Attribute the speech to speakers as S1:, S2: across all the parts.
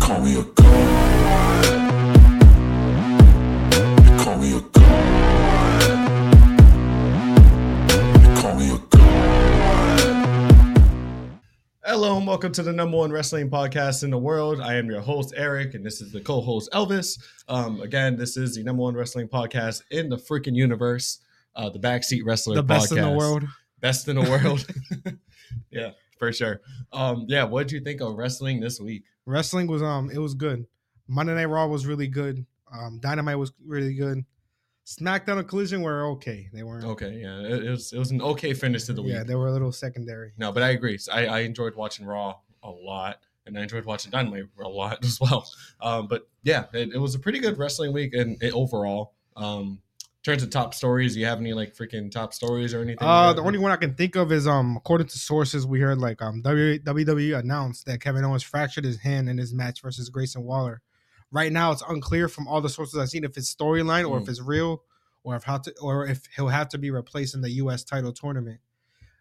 S1: call me a god. You call me a god. You call me a god.
S2: Hello and welcome to the number one wrestling podcast in the world. I am your host Eric, and this is the co-host Elvis. Um, again, this is the number one wrestling podcast in the freaking universe. Uh, the backseat wrestler,
S3: the best in the
S2: podcast.
S3: world.
S2: best in the world. yeah, for sure. Um, yeah, what would you think of wrestling this week?
S3: Wrestling was um, it was good. Monday Night Raw was really good. Um, Dynamite was really good. SmackDown and Collision were okay. They weren't.
S2: Okay, yeah, it, it was it was an okay finish to Oh, the week.
S3: Yeah, they were a little secondary.
S2: no, but I agree. So I, I enjoyed watching Raw a lot, and I enjoyed watching Dynamite a lot as well. Um, but yeah, it, it was a pretty good wrestling week, and it, overall, um, in terms of top stories, do you have any like freaking top stories or anything?
S3: Uh, the only one I can think of is um, according to sources we heard, like um, W- WWE announced that Kevin Owens fractured his hand in his match versus Grayson Waller. Right now, it's unclear from all the sources I've seen if it's storyline or
S2: Mm.
S3: if it's real, or if how to, or if he'll have to be replaced in the U.S. title tournament.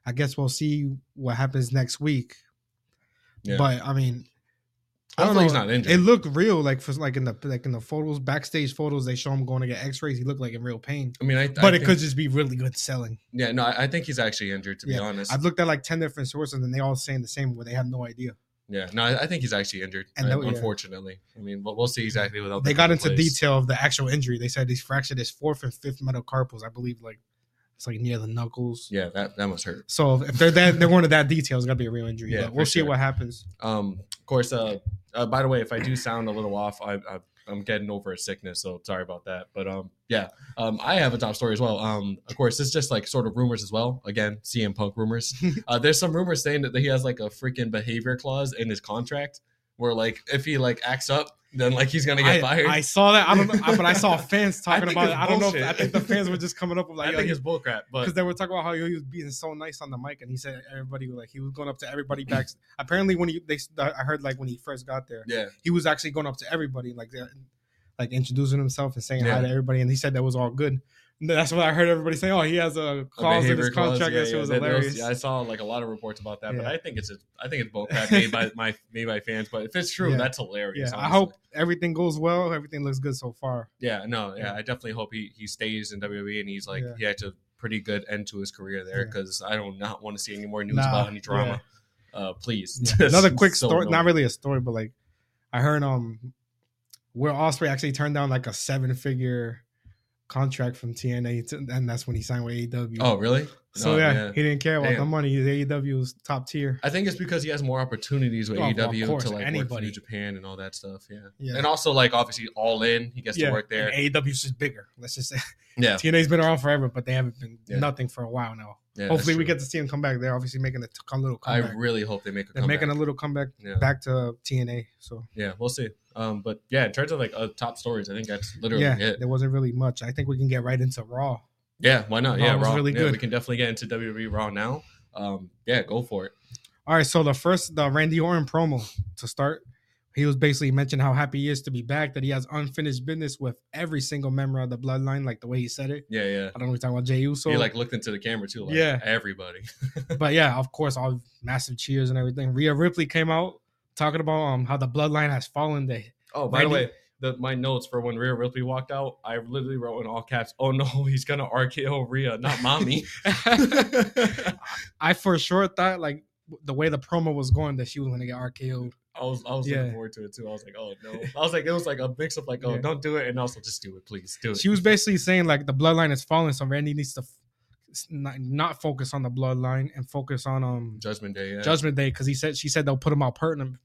S3: I guess we'll see what happens next week.
S2: Yeah.
S3: But I mean,
S2: I don't know. He's
S3: know.
S2: not injured.
S3: it looked real, like for like in the like in the photos, backstage photos. They show him going to get X-rays. He looked like in real pain,
S2: I mean, I,
S3: but
S2: I
S3: it
S2: think-
S3: could just be really good selling.
S2: Yeah, no, I, I think he's actually injured. To be
S3: Yeah,
S2: honest,
S3: I've looked at like 10 different sources and they all saying the same where they have no idea.
S2: yeah, no, I, I think he's actually injured.
S3: And
S2: uh,
S3: that- yeah.
S2: unfortunately, I mean, we'll, we'll see exactly without.
S3: They got into
S2: detail.
S3: detail of the actual injury. They said he's fractured his fourth and fifth metacarpals. I believe like it's like near the knuckles.
S2: Yeah, that that must hurt.
S3: So if they're that, they're going to that detail, it's got to be a real injury.
S2: Yeah,
S3: but we'll
S2: for
S3: see
S2: sure.
S3: what happens.
S2: Um, of course. Uh, uh, by the way, if I do sound a little off, I, I I'm getting over a sickness, so sorry about that. But um, yeah, um, I have a top story as well. Um, of course, it's just like sort of rumors as well. Again, CM Punk rumors. uh, there's some rumors saying that he has like a freaking behavior clause in his contract, where like if he like acts up, then like he's gonna get
S3: I,
S2: fired.
S3: I saw that. I don't know, I- but I saw fans
S2: I
S3: talking
S2: think
S3: about it.
S2: it's
S3: I don't know. If, I
S2: bullshit.
S3: think the fans were just coming up with
S2: I
S3: like,
S2: think
S3: yo,
S2: it's bullcrap,
S3: because
S2: but
S3: they were talking about how he was being so nice on the mic, and he said everybody like he was going up to everybody back. Apparently, when he they, I heard like when he first got there,
S2: yeah,
S3: he was actually going up to everybody, like uh, like introducing himself and saying
S2: Yeah.
S3: hi to everybody, and he said that was all good. And That's what I heard everybody saying. Oh, he has a
S2: a
S3: clause in his
S2: behavior clause,
S3: contract.
S2: yeah,
S3: that shit
S2: yeah,
S3: was
S2: that- that was-
S3: hilarious.
S2: yeah, I saw like a lot of reports about that, but
S3: Yeah.
S2: I think it's a, I think it's bullcrap made by my made by fans. But if it's true,
S3: Yeah.
S2: that's hilarious.
S3: Yeah, I
S2: honestly.
S3: hope everything goes well. Everything looks good so far.
S2: Yeah, no, yeah,
S3: Yeah.
S2: I definitely hope he he stays in WWE and he's like
S3: Yeah.
S2: he had a pretty good end to his career there
S3: Yeah.
S2: because I do not want to see any more news
S3: Nah,
S2: about any drama. Uh, please,
S3: Yeah.
S2: Just
S3: Another quick
S2: so
S3: story,
S2: no-
S3: not really a story, but like I heard um where Osprey actually turned down like a seven figure contract from TNA, to, and that's when he signed with AEW.
S2: Oh, really?
S3: so
S2: No,
S3: yeah, he didn't care about the
S2: Damn.
S3: money. He's AEW's top tier.
S2: I think it's because he has more opportunities with
S3: Oh, of
S2: AEW
S3: course,
S2: to like work
S3: anybody.
S2: in New Japan and all that stuff. Yeah.
S3: Yeah.
S2: and also like obviously All In, he gets to work there.
S3: and AEW's just bigger. Let's just say
S2: yeah,
S3: TNA's been around forever, but they haven't been
S2: Yeah.
S3: nothing for a while now.
S2: yeah, that's
S3: Hopefully, we
S2: true.
S3: get to see them come back. They're obviously making a t- a little
S2: I
S3: comeback.
S2: really hope they make a
S3: They're
S2: comeback.
S3: making a little comeback
S2: yeah.
S3: back to TNA. So
S2: yeah, we'll see. Um, but yeah, in terms of like uh, top stories, I think that's literally
S3: yeah,
S2: it.
S3: there wasn't really much. I think we can get right into Raw.
S2: Yeah, why not?
S3: Raw
S2: yeah,
S3: was
S2: Raw.
S3: really
S2: yeah,
S3: good.
S2: We can definitely get into WWE Raw now. Um, yeah, go for it.
S3: All right, so the first the Randy Orton promo to start. He was basically mentioning how happy he is to be back, that he has unfinished business with every single member of the bloodline, like the way he said it.
S2: Yeah, yeah.
S3: I don't know if you're talking about Jey Uso.
S2: he like looked into the camera too. Like,
S3: Yeah.
S2: everybody.
S3: but yeah, of course, all massive cheers and everything. Rhea Ripley came out talking about um how the bloodline has fallen. They
S2: Oh, by
S3: Randy-
S2: the way, the, my notes for when Rhea Ripley walked out, I literally wrote in all caps, "Oh no, he's gonna RKO Rhea, not mommy." I
S3: I for sure thought like the way the promo was going that she was gonna get RKO'd.
S2: was I was
S3: Yeah.
S2: looking forward to it too. I was like, "Oh no!" I was like, it was like a mix of like, "Oh,
S3: Yeah.
S2: don't do it," and also just do it, please, do it.
S3: She was basically saying like the bloodline is falling, so Randy needs to f- not, not focus on the bloodline and focus on um
S2: Judgment Day. Yeah.
S3: Judgment Day because he said she said they'll put him out permanent,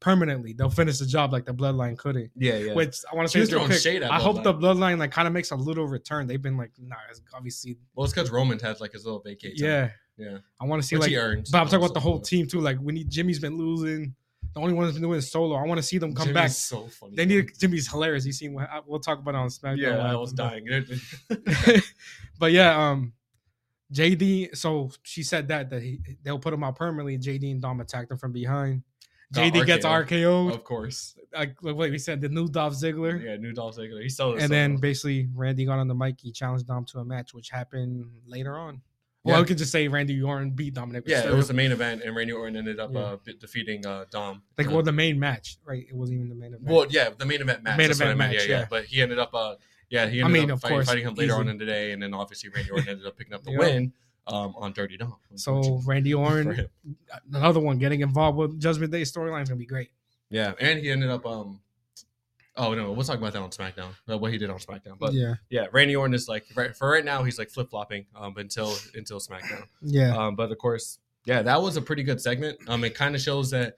S3: permanently. They'll finish the job like the bloodline couldn't.
S2: yeah, yeah.
S3: Which I want to
S2: She
S3: say
S2: was
S3: is your
S2: throwing
S3: pick.
S2: shade at
S3: I hope
S2: Bloodline.
S3: the bloodline like kind of makes a little return. They've been like, nah, it's obviously,
S2: well, it's because Roman had like his little vacate. time.
S3: yeah.
S2: yeah. Which
S3: I want to see like
S2: he earned.
S3: But I'm talking about
S2: also.
S3: the whole team too. Like we need Jimmy's been losing. The only one that's been doing is solo. I want to see them come
S2: Jimmy's
S3: back.
S2: So funny.
S3: They need Jimmy's hilarious. You seen what I- we'll talk about it on SmackDown.
S2: Yeah,
S3: Live.
S2: I was dying.
S3: but yeah, um, JD. So she said that that he, they'll put him out permanently. JD and Dom attacked him from behind.
S2: Got
S3: JD gets RKO'd.
S2: of course.
S3: Like, like what we said, the new Dolph Ziggler.
S2: Oh. Yeah, new Dolph Ziggler. He's so.
S3: And then basically Randy got on the mic. He challenged Dom to a match, which happened later on. Well,
S2: Yeah.
S3: we could just say Randy Orton beat Dominic.
S2: Yeah, it
S3: Mysterio.
S2: was the main event, and Randy Orton ended up
S3: Yeah.
S2: uh, be- defeating uh, Dom.
S3: like
S2: Uh,
S3: well the main match, right? It wasn't even the main event.
S2: well, yeah, the main event match.
S3: main
S2: that's what I
S3: event
S2: meant,
S3: match,
S2: yeah, yeah,
S3: yeah.
S2: But he ended up, uh, yeah, he ended
S3: I mean,
S2: up
S3: of
S2: fighting,
S3: course,
S2: fighting him later
S3: easy.
S2: on in the day, and then obviously Randy Orton ended up picking up the
S3: Yeah.
S2: win um, on Dirty Dom.
S3: so Randy
S2: For
S3: Orton,
S2: him.
S3: another one getting involved with Judgment Day storyline is gonna be great.
S2: yeah, and he ended up. Um, oh no, we'll talk about that on SmackDown. uh, What he did on SmackDown, but
S3: yeah,
S2: yeah, Randy Orton is like right, for right now he's like flip flopping um, until until SmackDown.
S3: yeah.
S2: Um, but of course, yeah, that was a pretty good segment. Um, it kind of shows that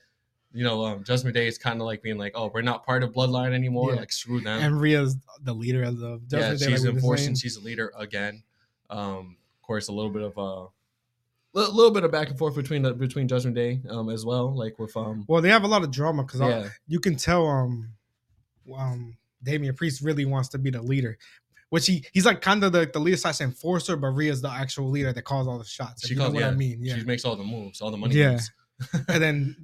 S2: you know um, Judgment Day is kind of like being like, oh, we're not part of Bloodline anymore.
S3: Yeah.
S2: Like screw them.
S3: and Rhea's the leader of the
S2: yeah,
S3: Judgment Day.
S2: she's
S3: like we were
S2: enforcing.
S3: saying.
S2: She's a leader again. Um, of course, a little bit of uh, a little bit of back and forth between the, between Judgment Day um, as well, like with um.
S3: Well, they have a lot of drama because
S2: Yeah,
S3: you can tell um um Damian Priest really wants to be the leader. Which he he's like kind of the, the leader slash enforcer, but Rhea's the actual leader that calls all the shots. If
S2: She
S3: you know
S2: calls-
S3: what I
S2: yeah.
S3: mean. Yeah.
S2: she makes all the moves, all the money
S3: Yeah.
S2: moves.
S3: and then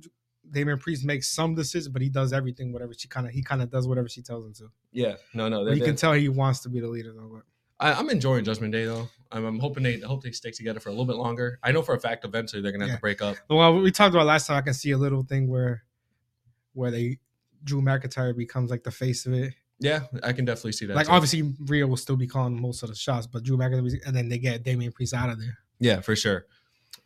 S3: Damian Priest makes some decisions, but he does everything, whatever she kind of he kind of does whatever she tells him to.
S2: Yeah, no, no.
S3: But
S2: That,
S3: you can
S2: that,
S3: tell he wants to be the leader though. But
S2: I, I'm enjoying Judgment Day though. I'm, I'm hoping they I hope they stick together for a little bit longer. I know for a fact eventually they're gonna have
S3: Yeah.
S2: to break up.
S3: Well, we talked about last time. I can see a little thing where, where they Drew McIntyre becomes like the face of it.
S2: Yeah, I can definitely see that.
S3: like
S2: too.
S3: obviously, Rhea will still be calling most of the shots, but Drew McIntyre, and then they get Damian Priest out of there.
S2: Yeah, for sure.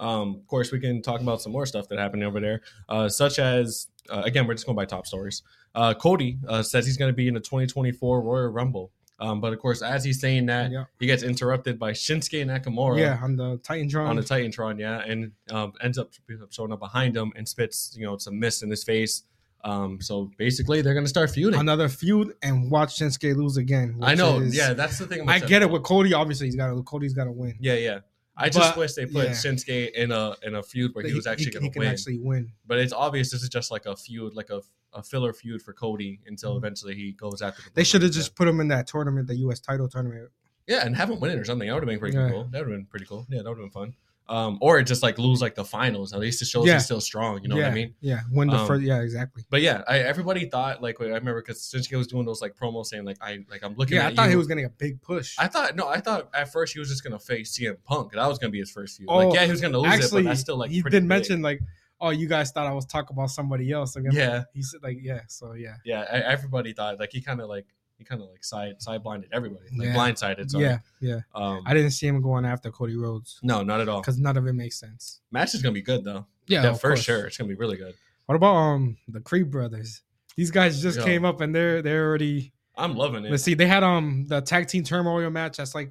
S2: Um, of course, we can talk about some more stuff that happened over there, uh, such as uh, again, we're just going by top stories. Uh, Cody uh, says he's going to be in the 2024 Royal Rumble, um, but of course, as he's saying that,
S3: Yeah,
S2: he gets interrupted by Shinsuke Nakamura
S3: yeah, on the Titan drum.
S2: uh, on the Titantron, yeah, and um, ends up showing up behind him and spits, you know, some mist in his face. Um, so basically, they're going to start feuding.
S3: Another feud, and watch Shinsuke lose again.
S2: I
S3: which
S2: know,
S3: is-
S2: yeah, that's the thing.
S3: I get it with Cody. Obviously, he's got to. Cody's got to win.
S2: yeah, yeah. I just
S3: But,
S2: wish they put
S3: yeah.
S2: Shinsuke in a in a feud where he, was actually
S3: he
S2: going to
S3: can
S2: win.
S3: actually win.
S2: but it's obvious this is just like a feud, like a, a filler feud for Cody until
S3: Mhm.
S2: eventually he goes after. The
S3: They
S2: Bloodline
S3: should have
S2: again.
S3: just put him in that tournament, the U.S. title tournament.
S2: yeah, and have him win it or something. That would have been pretty
S3: Yeah.
S2: cool. That would have been pretty cool. Yeah, that would have been fun. Um, or just like lose like the finals. At least it shows
S3: Yeah.
S2: he's still strong. You know
S3: yeah,
S2: what I mean?
S3: Yeah, win the
S2: Um,
S3: first. Yeah, exactly.
S2: But yeah, I, everybody thought like I remember because Shinsuke was doing those like promos saying like I like I'm looking.
S3: Yeah,
S2: at
S3: I thought
S2: you.
S3: he was gonna get a big push.
S2: I thought no, I thought at first he was just gonna face CM Punk. That was gonna be his first feud.
S3: Oh,
S2: like yeah, he was gonna lose it,
S3: actually,
S2: but that's still like
S3: he
S2: pretty
S3: did
S2: big.
S3: mention like, oh, you guys thought I was talking about somebody else. Like,
S2: Yeah.
S3: he said like, yeah, so yeah,
S2: Yeah, I, everybody thought like he kind of like he kind of like side side blinded everybody, like
S3: Yeah.
S2: blindsided. Sorry.
S3: yeah, yeah.
S2: Um,
S3: I didn't see him going after Cody Rhodes
S2: No, not at all.
S3: because none of it makes sense.
S2: Match is gonna be good though.
S3: Yeah,
S2: Yeah,
S3: of
S2: for
S3: course.
S2: sure. It's gonna be really good.
S3: What about um the Creed brothers? These guys just
S2: Yo.
S3: came up and they're they're already.
S2: I'm loving it.
S3: Let's see, they had um the tag team turmoil match. That's like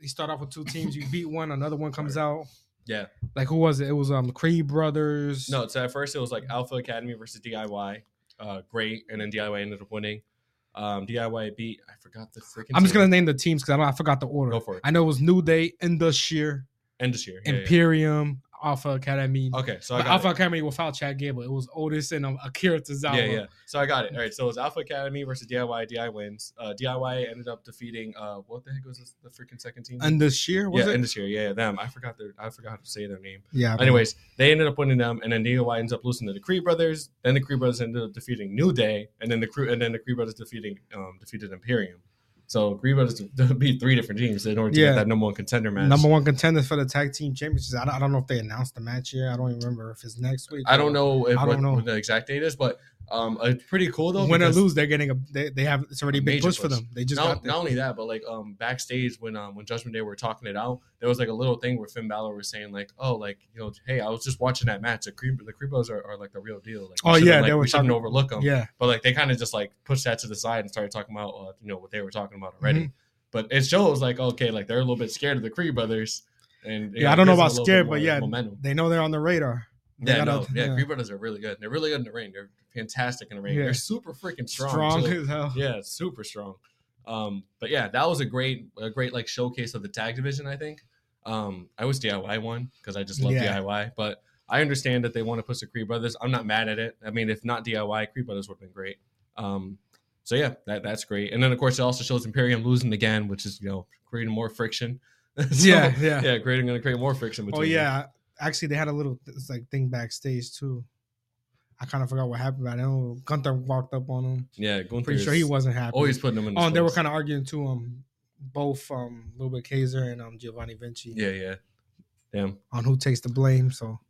S3: you start off with two teams, you beat one, another one comes out.
S2: Yeah.
S3: like who was it? It was um Creed brothers.
S2: No, so at first it was like Alpha Academy versus DIY. Uh, great, and then DIY ended up winning. Um, DIY beat. I forgot the freaking.
S3: I'm just
S2: team.
S3: gonna name the teams because I don't. I forgot the order.
S2: go for it.
S3: I know it was New Day, Indushear,
S2: End this year. Yeah, yeah.
S3: Imperium, Alpha Academy.
S2: Okay, so I
S3: But
S2: got
S3: Alpha
S2: it.
S3: Academy without Chad Gable. It was Otis and um, Akira Tozawa.
S2: Yeah, yeah. So I got it. All right. So it was Alpha Academy versus DIY. DIY wins. Uh, DIY ended up defeating. Uh, what the heck was this, the freaking second team?
S3: Indushear was
S2: yeah,
S3: it?
S2: end this year. Yeah, yeah, them. I forgot their. I forgot how to say their name.
S3: yeah. but-
S2: Anyways, they ended up winning them, and then DIY ends up losing to the Cree Brothers. Then the Cree Brothers ended up defeating New Day, and then the Cree and then the Cree Brothers defeating um, defeated Imperium. So Cree Brothers beat three different teams in order to
S3: Yeah.
S2: get that number one contender match.
S3: number one contender for the tag team championships. I don't, I don't know if they announced the match yet. I don't even remember if it's next week.
S2: I don't know if
S3: I don't
S2: what,
S3: know.
S2: what the exact date is, but um, it's pretty cool though.
S3: Win or
S2: because
S3: lose, they're getting a. They, they have it's already a big
S2: Major
S3: push, for
S2: push.
S3: them. They just got
S2: Not,
S3: there.
S2: not only that, but like um, backstage when um, when Judgment Day were talking it out, there was like a little thing where Finn Balor was saying like, oh, like you know, hey, I was just watching that match. The Cree, the Cree Brothers are, are like the real deal. Like, we
S3: Oh,
S2: shouldn't,
S3: yeah,
S2: like,
S3: they were
S2: we shouldn't
S3: talking-
S2: overlook them.
S3: yeah,
S2: but like they kind of just like pushed that to the side and started talking about uh, you know what they were talking about already.
S3: Mm-hmm.
S2: But it shows like okay, like they're a little bit scared of the Cree brothers, and it
S3: Yeah, I don't know
S2: gives them a
S3: about
S2: little
S3: scared,
S2: bit
S3: but
S2: more
S3: yeah,
S2: momentum.
S3: they know they're on the radar. they
S2: Yeah,
S3: gotta-
S2: no, yeah,
S3: yeah.
S2: Cree brothers are really good. They're really good in the ring. They're fantastic in the ring.
S3: Yeah.
S2: They're super freaking strong.
S3: Strong,
S2: too.
S3: as hell.
S2: Yeah, super strong. Um, but yeah, that was a great, a great like showcase of the tag division. I think. Um, I was DIY one because I just love
S3: Yeah.
S2: DIY, but I understand that they want to push the Cree Brothers. I'm not mad at it. I mean, if not DIY, Cree Brothers would have been great. Um, so yeah, that, that's great. And then of course it also shows Imperium losing again, which is you know creating more friction. So,
S3: Yeah, yeah.
S2: yeah, creating going to create more friction between.
S3: Oh
S2: them.
S3: yeah, actually they had a little it's like thing backstage too. I kind of forgot what happened. But I know Gunther walked up on him.
S2: yeah. Gunther
S3: Pretty sure he
S2: is
S3: wasn't happy.
S2: always putting them in.
S3: Oh, and they were
S2: of
S3: kind of arguing to um both um Luba Kaiser and um Giovanni Vinci.
S2: yeah, yeah. Damn.
S3: on who takes the blame. So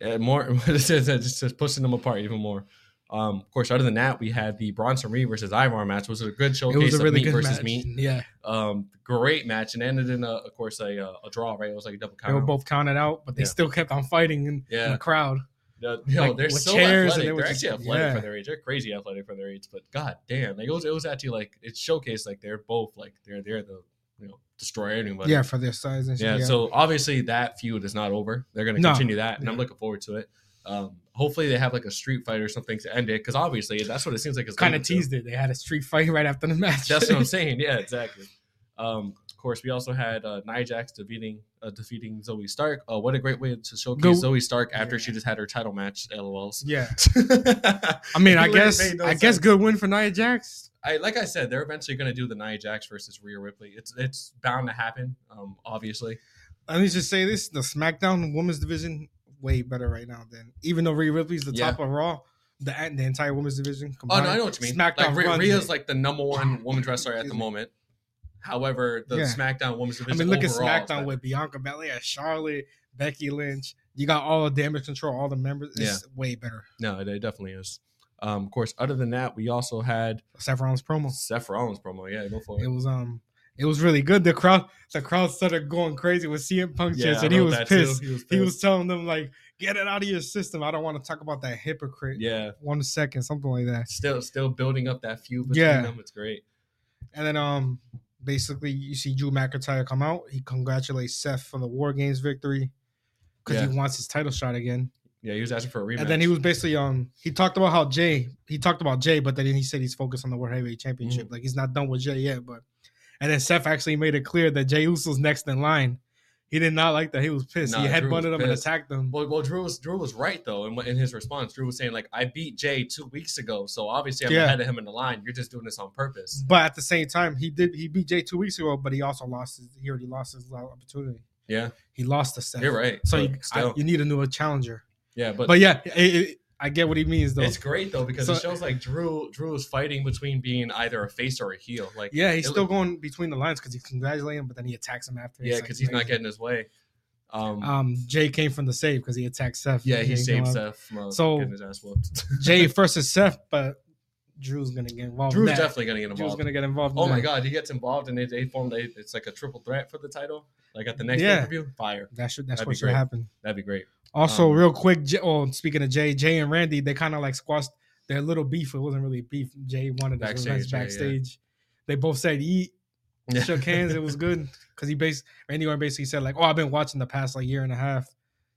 S2: Yeah, Uh, more just, just, just pushing them apart even more. Um, of course, other than that, we had the Bronson Reed versus Ivar match, which was a good
S3: it
S2: showcase
S3: was a
S2: of
S3: really
S2: meat
S3: good
S2: versus
S3: match.
S2: meat.
S3: Yeah,
S2: Um, great match and ended in, a, of course, a, uh, a draw. Right, it was like a double
S3: they were
S2: count.
S3: both counted out, but they
S2: Yeah.
S3: still kept on fighting in, in
S2: Yeah.
S3: the crowd.
S2: Yeah, yo,
S3: like,
S2: they're
S3: with
S2: so
S3: chairs and
S2: athletic.
S3: they were
S2: They're
S3: just-
S2: actually athletic
S3: yeah.
S2: for their age. They're crazy athletic for their age. But god damn, like it was it was actually like it showcased like they're both like they're they're the you know destroy anybody.
S3: yeah, for their size and shit.
S2: yeah. So obviously that feud is not over. They're gonna
S3: um, No.
S2: continue that, and I'm
S3: Yeah.
S2: looking forward to it. Um, hopefully they have like a street fight or something to end it because obviously that's what it seems like. It's
S3: kind
S2: leading
S3: of
S2: to.
S3: teased it. They had a street fight right after the match.
S2: That's what I'm saying. Yeah, exactly. Um, of course, we also had uh, Nia Jax defeating uh, defeating Zoe Stark. Oh, what a great way to showcase
S3: Go-
S2: Zoe Stark after
S3: Yeah.
S2: she just had her title match. LOLs.
S3: yeah. I
S2: I
S3: mean, I guess I guess good win for Nia Jax.
S2: I like I said, they're eventually going to do the Nia Jax versus Rhea Ripley. It's it's bound to happen. Um, obviously,
S3: Let me just say this: the SmackDown Women's Division way better right now than even though Rhea Ripley's the
S2: Yeah.
S3: top of Raw, the the entire Women's Division.
S2: Oh
S3: Combined,
S2: no, I know what you mean.
S3: SmackDown
S2: like Rhea,
S3: runs
S2: Rhea's
S3: it.
S2: like the number one woman wrestler at the
S3: Excuse me.
S2: moment. However, the
S3: Yeah.
S2: SmackDown Women's
S3: I
S2: Division.
S3: mean, look at
S2: overall is
S3: SmackDown
S2: better.
S3: with Bianca Belair, Charlotte, Becky Lynch. You got all of damage control, all the members. It's way better.
S2: no, it, it definitely is. Um, of course, other than that, we also had
S3: Seth Rollins promo.
S2: Seth Rollins promo. Yeah, go for
S3: It
S2: it.
S3: was um, it was really good. The crowd, the crowd started going crazy with CM Punk
S2: Yeah,
S3: chants,
S2: I
S3: and he
S2: wrote
S3: was
S2: that too.
S3: pissed. He was telling them like, "Get it out of your system. I don't want to talk about that hypocrite."
S2: Yeah,
S3: One second, something like that.
S2: still still building up that feud between
S3: Yeah.
S2: them. It's great.
S3: And then um basically you see Drew McIntyre come out. He congratulates Seth for the War Games victory because
S2: Yeah.
S3: he wants his title shot again.
S2: Yeah, he was asking for a rematch.
S3: And then he was basically um he talked about how Jay he talked about Jay, but then he said he's focused on the World Heavyweight Championship.
S2: Mm.
S3: Like he's not done with Jay yet, but and then Seth actually made it clear that Jay Uso's next in line. He did not like that. He was pissed.
S2: Nah,
S3: he
S2: Drew was
S3: headbutted him and
S2: pissed.
S3: attacked him.
S2: Well, well, Drew was Drew was right though, in, in his response, Drew was saying like, "I beat Jay two weeks ago, so obviously I'm
S3: Yeah.
S2: ahead of him in the line. You're just doing this on purpose."
S3: But at the same time, he did he beat Jay two weeks ago, but he also lost his he already lost his opportunity.
S2: Yeah,
S3: He lost to Seth.
S2: you're right.
S3: So
S2: but
S3: you, I, you need a new challenger.
S2: yeah, but,
S3: but, yeah, it, it, I get what he means though.
S2: it's great though because it
S3: So-
S2: shows like Drew Drew is fighting between being either a face or a heel. Like
S3: yeah, he's
S2: it
S3: still
S2: look-
S3: going between the lines because he's congratulating him, but then he attacks him after.
S2: yeah,
S3: It's, like,
S2: because he's not
S3: crazy.
S2: getting his way. Um,
S3: Um, Jay came from the save because he attacked Seth.
S2: yeah, he
S3: Jay
S2: saved
S3: came up.
S2: Seth from uh,
S3: So-
S2: getting his ass whooped.
S3: Jay versus Seth, but Drew's gonna get involved. in
S2: Drew's
S3: that.
S2: definitely gonna get
S3: Oh, Drew's
S2: involved.
S3: gonna get involved. in
S2: oh my
S3: that.
S2: god, he gets involved and they, they formed a it's like a triple threat for the title. Like at the next
S3: Yeah.
S2: interview, fire.
S3: that should that's
S2: That'd be
S3: what should
S2: great.
S3: happen.
S2: That'd be great.
S3: Also,
S2: Um,
S3: real quick, Jay, oh, speaking of Jay, Jay and Randy, they kind of like squashed their little beef. It wasn't really beef. Jay wanted his
S2: Backstage,
S3: revenge
S2: yeah, yeah.
S3: backstage. They both said eat.
S2: Yeah.
S3: shook hands. It was good because he bas Randy Orton basically said like, "Oh, I've been watching the past like year and a half.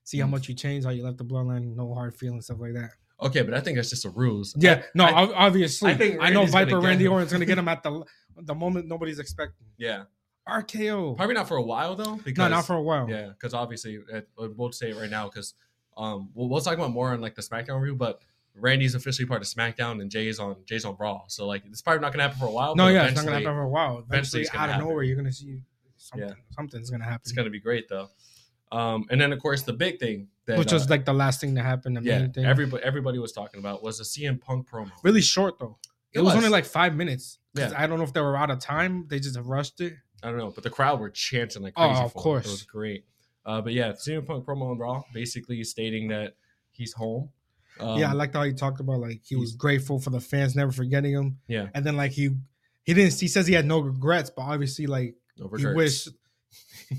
S3: See how
S2: Mm.
S3: much you changed, how you left the bloodline, no hard feelings, stuff like that."
S2: Okay, but I think that's just a ruse.
S3: Yeah, no,
S2: I-
S3: ob- obviously,
S2: I
S3: I,
S2: think
S3: know
S2: Randy's gonna
S3: Viper
S2: get
S3: Randy
S2: him.
S3: Orton's gonna get him at the the moment nobody's expecting.
S2: Yeah,
S3: RKO,
S2: probably not for a while though.
S3: no,
S2: Because
S3: not for a while.
S2: yeah, because obviously uh, we'll say it right now because um we'll, we'll talk about more on like the SmackDown review, but Randy's officially part of SmackDown and Jay's on Jay's on Raw, so like it's probably not gonna happen for a while.
S3: no,
S2: but
S3: yeah, it's not gonna
S2: eventually
S3: happen for a while.
S2: eventually
S3: Eventually,
S2: it's gonna
S3: out of
S2: happen.
S3: nowhere, you're gonna see something.
S2: Yeah.
S3: Something's gonna happen,
S2: It's gonna be great though. Um, and then of course the big thing that
S3: which
S2: uh,
S3: was like the last thing that happened. The
S2: yeah
S3: main thing.
S2: everybody everybody was talking about was the CM Punk promo.
S3: really short though. It, was, only like five minutes. 'Cause
S2: Yeah.
S3: I don't know if they were out of time. They just rushed it.
S2: I don't know, but the crowd were chanting like
S3: Oh,
S2: crazy.
S3: of
S2: for him.
S3: course.
S2: it was great. Uh, but yeah, CM Punk promo on Raw basically stating that he's home. Um,
S3: yeah, I liked how he talked about like he was grateful for the fans never forgetting him,
S2: yeah,
S3: and then like he he didn't he says he had no regrets, but obviously like
S2: over
S3: he
S2: Gertz.
S3: wished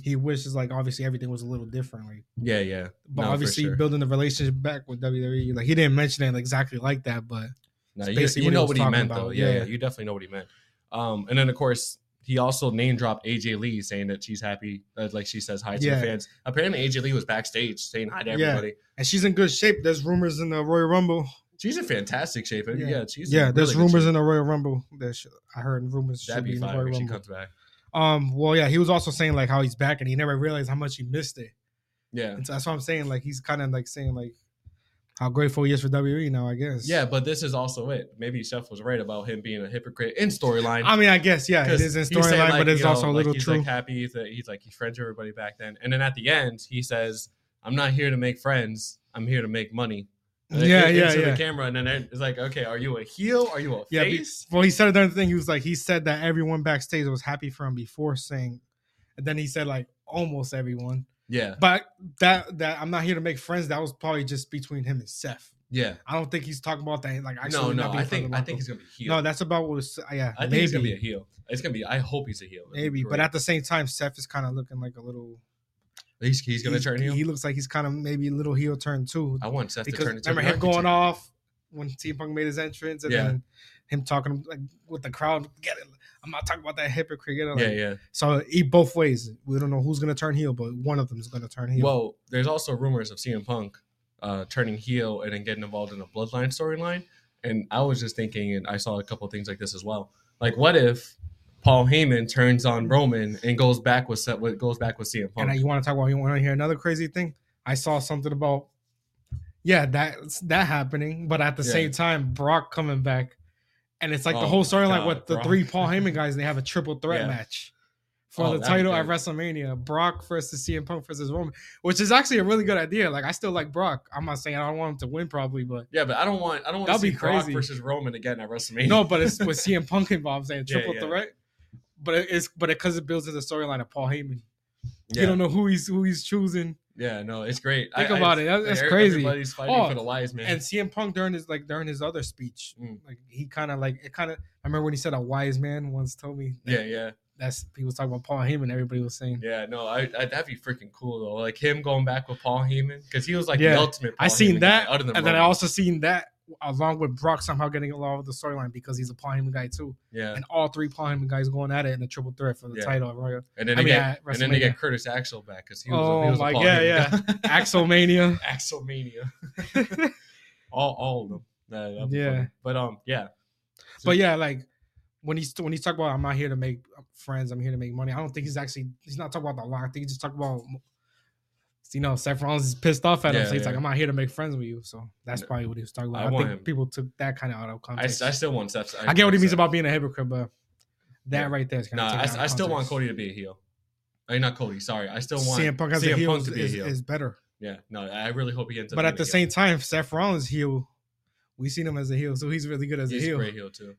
S3: he wishes like obviously everything was a little different, like
S2: Yeah, yeah,
S3: but
S2: No, for
S3: obviously
S2: sure.
S3: building the relationship back with WWE, like he didn't mention it exactly like that, but
S2: No,
S3: It's
S2: you,
S3: basically
S2: you
S3: what he
S2: know
S3: was
S2: what he
S3: talking
S2: meant
S3: about,
S2: though. Yeah, yeah,
S3: yeah.
S2: you definitely know what he meant. Um, and then of course he also name dropped AJ Lee, saying that she's happy, uh, like she says hi to
S3: Yeah.
S2: the fans. Apparently AJ Lee was backstage saying hi to
S3: Yeah.
S2: everybody.
S3: and she's in good shape. There's rumors in the Royal Rumble.
S2: She's in fantastic shape. Yeah,
S3: Yeah.
S2: she's in
S3: yeah,
S2: really
S3: there's
S2: good
S3: rumors
S2: shape.
S3: in the Royal Rumble. That sh- I heard rumors should
S2: That'd
S3: be
S2: be
S3: in the
S2: fire
S3: Royal
S2: if she
S3: Rumble.
S2: comes back.
S3: Um, well, yeah, he was also saying like how he's back and he never realized how much he missed it.
S2: Yeah,
S3: And so that's what I'm saying. Like he's kind of like saying like how grateful he is for WWE now. I guess.
S2: yeah, but this is also it. Maybe Chef was right about him being a hypocrite in storyline.
S3: I mean, I guess yeah, it
S2: 'Cause
S3: is in
S2: he's saying,
S3: storyline,
S2: like,
S3: but it's
S2: you know,
S3: also a
S2: like,
S3: little
S2: he's
S3: true.
S2: Like happy that he's like he friends everybody back then, and then at the end he says, "I'm not here to make friends. I'm here to make money." And then
S3: yeah,
S2: in-
S3: yeah,
S2: into
S3: yeah.
S2: The camera, and then it's like, "Okay, are you a heel? Are you a
S3: Yeah, be-
S2: face?"
S3: well, he said another thing. He was like, he said that everyone backstage was happy for him before saying, and then he said like almost everyone.
S2: Yeah.
S3: But that that I'm not here to make friends. That was probably just between him and Seth.
S2: Yeah.
S3: I don't think he's talking about that. Like actually,
S2: No,
S3: not
S2: no.
S3: being
S2: I
S3: friends
S2: think
S3: with
S2: I
S3: Rocco.
S2: think he's gonna be healed.
S3: no. That's about what. it's- Yeah,
S2: I think
S3: maybe,
S2: he's gonna be a heel. It's gonna be. I hope he's a heel. That'd be
S3: maybe. But
S2: great.
S3: at the same time, Seth is kind of looking like a little.
S2: he's, he's gonna turn heel.
S3: He looks like he's kind of maybe a little heel turn too.
S2: I want Seth to
S3: because
S2: turn into.
S3: remember
S2: an
S3: him going
S2: architect.
S3: off when CM Punk made his entrance, and
S2: Yeah.
S3: then him talking like with the crowd. Get it? I'm not talking about that hypocrite. Get it? Like,
S2: Yeah, yeah.
S3: So eat both ways. We don't know who's gonna turn heel, but one of them is gonna turn heel.
S2: Well, there's also rumors of CM Punk uh, turning heel and then getting involved in a bloodline storyline. And I was just thinking, and I saw a couple things like this as well. Like, what if Paul Heyman turns on Roman and goes back with Seth- what goes back with CM Punk?
S3: And you want to talk about you want to hear another crazy thing? I saw something about yeah that that happening, but at the
S2: Yeah.
S3: same time Brock coming back, and it's like the
S2: Oh
S3: whole
S2: my
S3: story like
S2: God,
S3: with the
S2: Brock.
S3: three Paul Heyman guys, they have a triple threat
S2: Yeah.
S3: match for
S2: Oh,
S3: the
S2: that'd be
S3: title at
S2: good.
S3: WrestleMania: Brock versus CM Punk versus Roman, which is actually a really good idea. Like I still like Brock. I'm not saying I don't want him to win probably, but
S2: yeah, but I don't want I don't want to
S3: That'd
S2: see
S3: be
S2: Brock
S3: crazy.
S2: versus Roman again at WrestleMania.
S3: No, but it's with CM Punk involved saying
S2: Yeah,
S3: triple
S2: yeah.
S3: threat. But it- it's but because it, builds into the storyline of Paul Heyman.
S2: yeah,
S3: You don't know who he's who he's choosing.
S2: yeah, no, it's great.
S3: Think about it. That-
S2: like,
S3: that's
S2: every-
S3: crazy.
S2: Everybody's fighting
S3: Oh,
S2: for the wise man.
S3: And CM Punk during his like during his other speech,
S2: Mm.
S3: like he kind of like it kind of. I remember when he said a wise man once told me. that-
S2: yeah, yeah,
S3: that's he was talking about Paul Heyman. Everybody was saying.
S2: yeah. No, I, I that'd be freaking cool though. Like him going back with Paul Heyman because he was like
S3: Yeah.
S2: the ultimate. Paul
S3: I seen
S2: Heyman
S3: that,
S2: guy, other than
S3: and then I
S2: Roman.
S3: also seen that along with Brock somehow getting along with the storyline because he's a Paul Heyman guy too,
S2: yeah.
S3: and all three Paul Heyman guys going at it in a triple threat for the
S2: Yeah.
S3: title of Royal
S2: And then
S3: I
S2: they
S3: mean,
S2: get,
S3: at
S2: and then they
S3: WrestleMania.
S2: get Curtis Axel back because he was
S3: Oh
S2: a, he was
S3: my-
S2: a Paul
S3: yeah,
S2: Heyman guy.
S3: Axelmania.
S2: Axelmania. all all of them. That- that'd be
S3: Yeah.
S2: funny. But um yeah.
S3: But yeah, like when he's when he's talking about I'm not here to make friends, I'm here to make money. I don't think he's actually he's not talking about the line. I think he's just talking about you know Seth Rollins is pissed off at him,
S2: Yeah,
S3: so he's
S2: yeah.
S3: like I'm not here to make friends with you. So that's
S2: No.
S3: probably what he was talking about.
S2: I
S3: I,
S2: want
S3: think
S2: him.
S3: people took that kind of out of
S2: I, I
S3: context. I,
S2: still want Seth.
S3: get what he means
S2: Seth.
S3: about being a hypocrite, but that
S2: Yeah.
S3: right there is kind
S2: Nah,
S3: of
S2: I, I still want Cody to be a heel. I mean, not Cody. Sorry, I still want
S3: CM Punk as a
S2: CM
S3: heel,
S2: Punk
S3: is,
S2: to be
S3: is,
S2: a heel.
S3: is better,
S2: yeah, no, I really hope he ends up.
S3: but
S2: being
S3: at the
S2: a heel.
S3: same time, Seth Rollins heel. We seen him as a heel, so he's really good as
S2: he's
S3: a heel.
S2: a great heel too.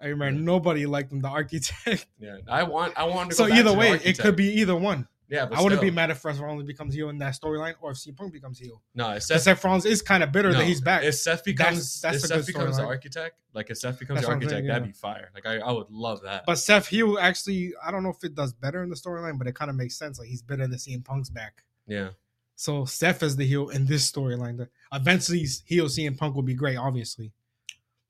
S3: I remember nobody liked him, the architect.
S2: Yeah, I want, I want him to.
S3: so
S2: go back
S3: either
S2: to the
S3: way, it
S2: architect.
S3: could be either one.
S2: Yeah, but
S3: I wouldn't
S2: still.
S3: be mad if Seth Rollins becomes heel in that storyline, or if CM Punk becomes heel.
S2: No, if
S3: Because
S2: Seth,
S3: Seth Rollins is kind of bitter
S2: no,
S3: that he's back.
S2: If Seth becomes,
S3: that's
S2: if
S3: a
S2: Seth
S3: good
S2: becomes the
S3: storyline.
S2: architect, like if Seth becomes
S3: That's
S2: the
S3: what I'm
S2: architect,
S3: saying,
S2: that'd
S3: yeah.
S2: be fire. Like I, I would love that.
S3: But Seth heel actually, I don't know if it does better in the storyline, but it kind of makes sense. Like he's bitter that CM Punk's back.
S2: yeah,
S3: So Seth is the heel in this storyline. The- Eventually, heel CM Punk would be great, obviously.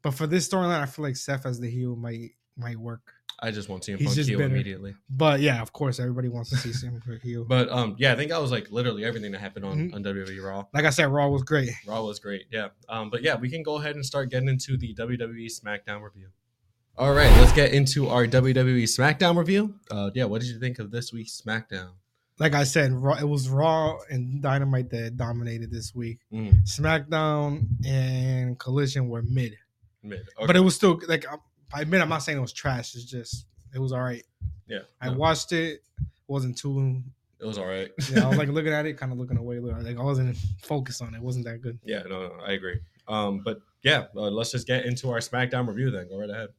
S3: But for this storyline, I feel like Seth as the heel might might work.
S2: I just want CM
S3: He's
S2: Punk
S3: just
S2: heel
S3: bitter.
S2: immediately.
S3: But yeah, of course, everybody wants to see CM Punk heel. But
S2: But um, yeah, I think that was like literally everything that happened on,
S3: Mhm.
S2: on WWE Raw.
S3: like I said, Raw was great.
S2: Raw was great, yeah. Um, but yeah, we can go ahead and start getting into the WWE SmackDown review. All right, let's get into our WWE SmackDown review. Uh, yeah, what did you think of this week's SmackDown?
S3: Like I said, Raw, it was Raw and Dynamite that dominated this week.
S2: Mm,
S3: SmackDown and Collision were mid,
S2: mid,
S3: but it was still like I- by mid. I'm not saying it was trash. It's just it was all right.
S2: yeah,
S3: I
S2: no,
S3: watched it. wasn't too.
S2: it was all right.
S3: Yeah, I was like looking at it, kind of looking away. Like I wasn't focused on it. it wasn't that good.
S2: yeah, no, no, I agree. Um, but yeah, uh, let's just get into our SmackDown review then. Go right ahead.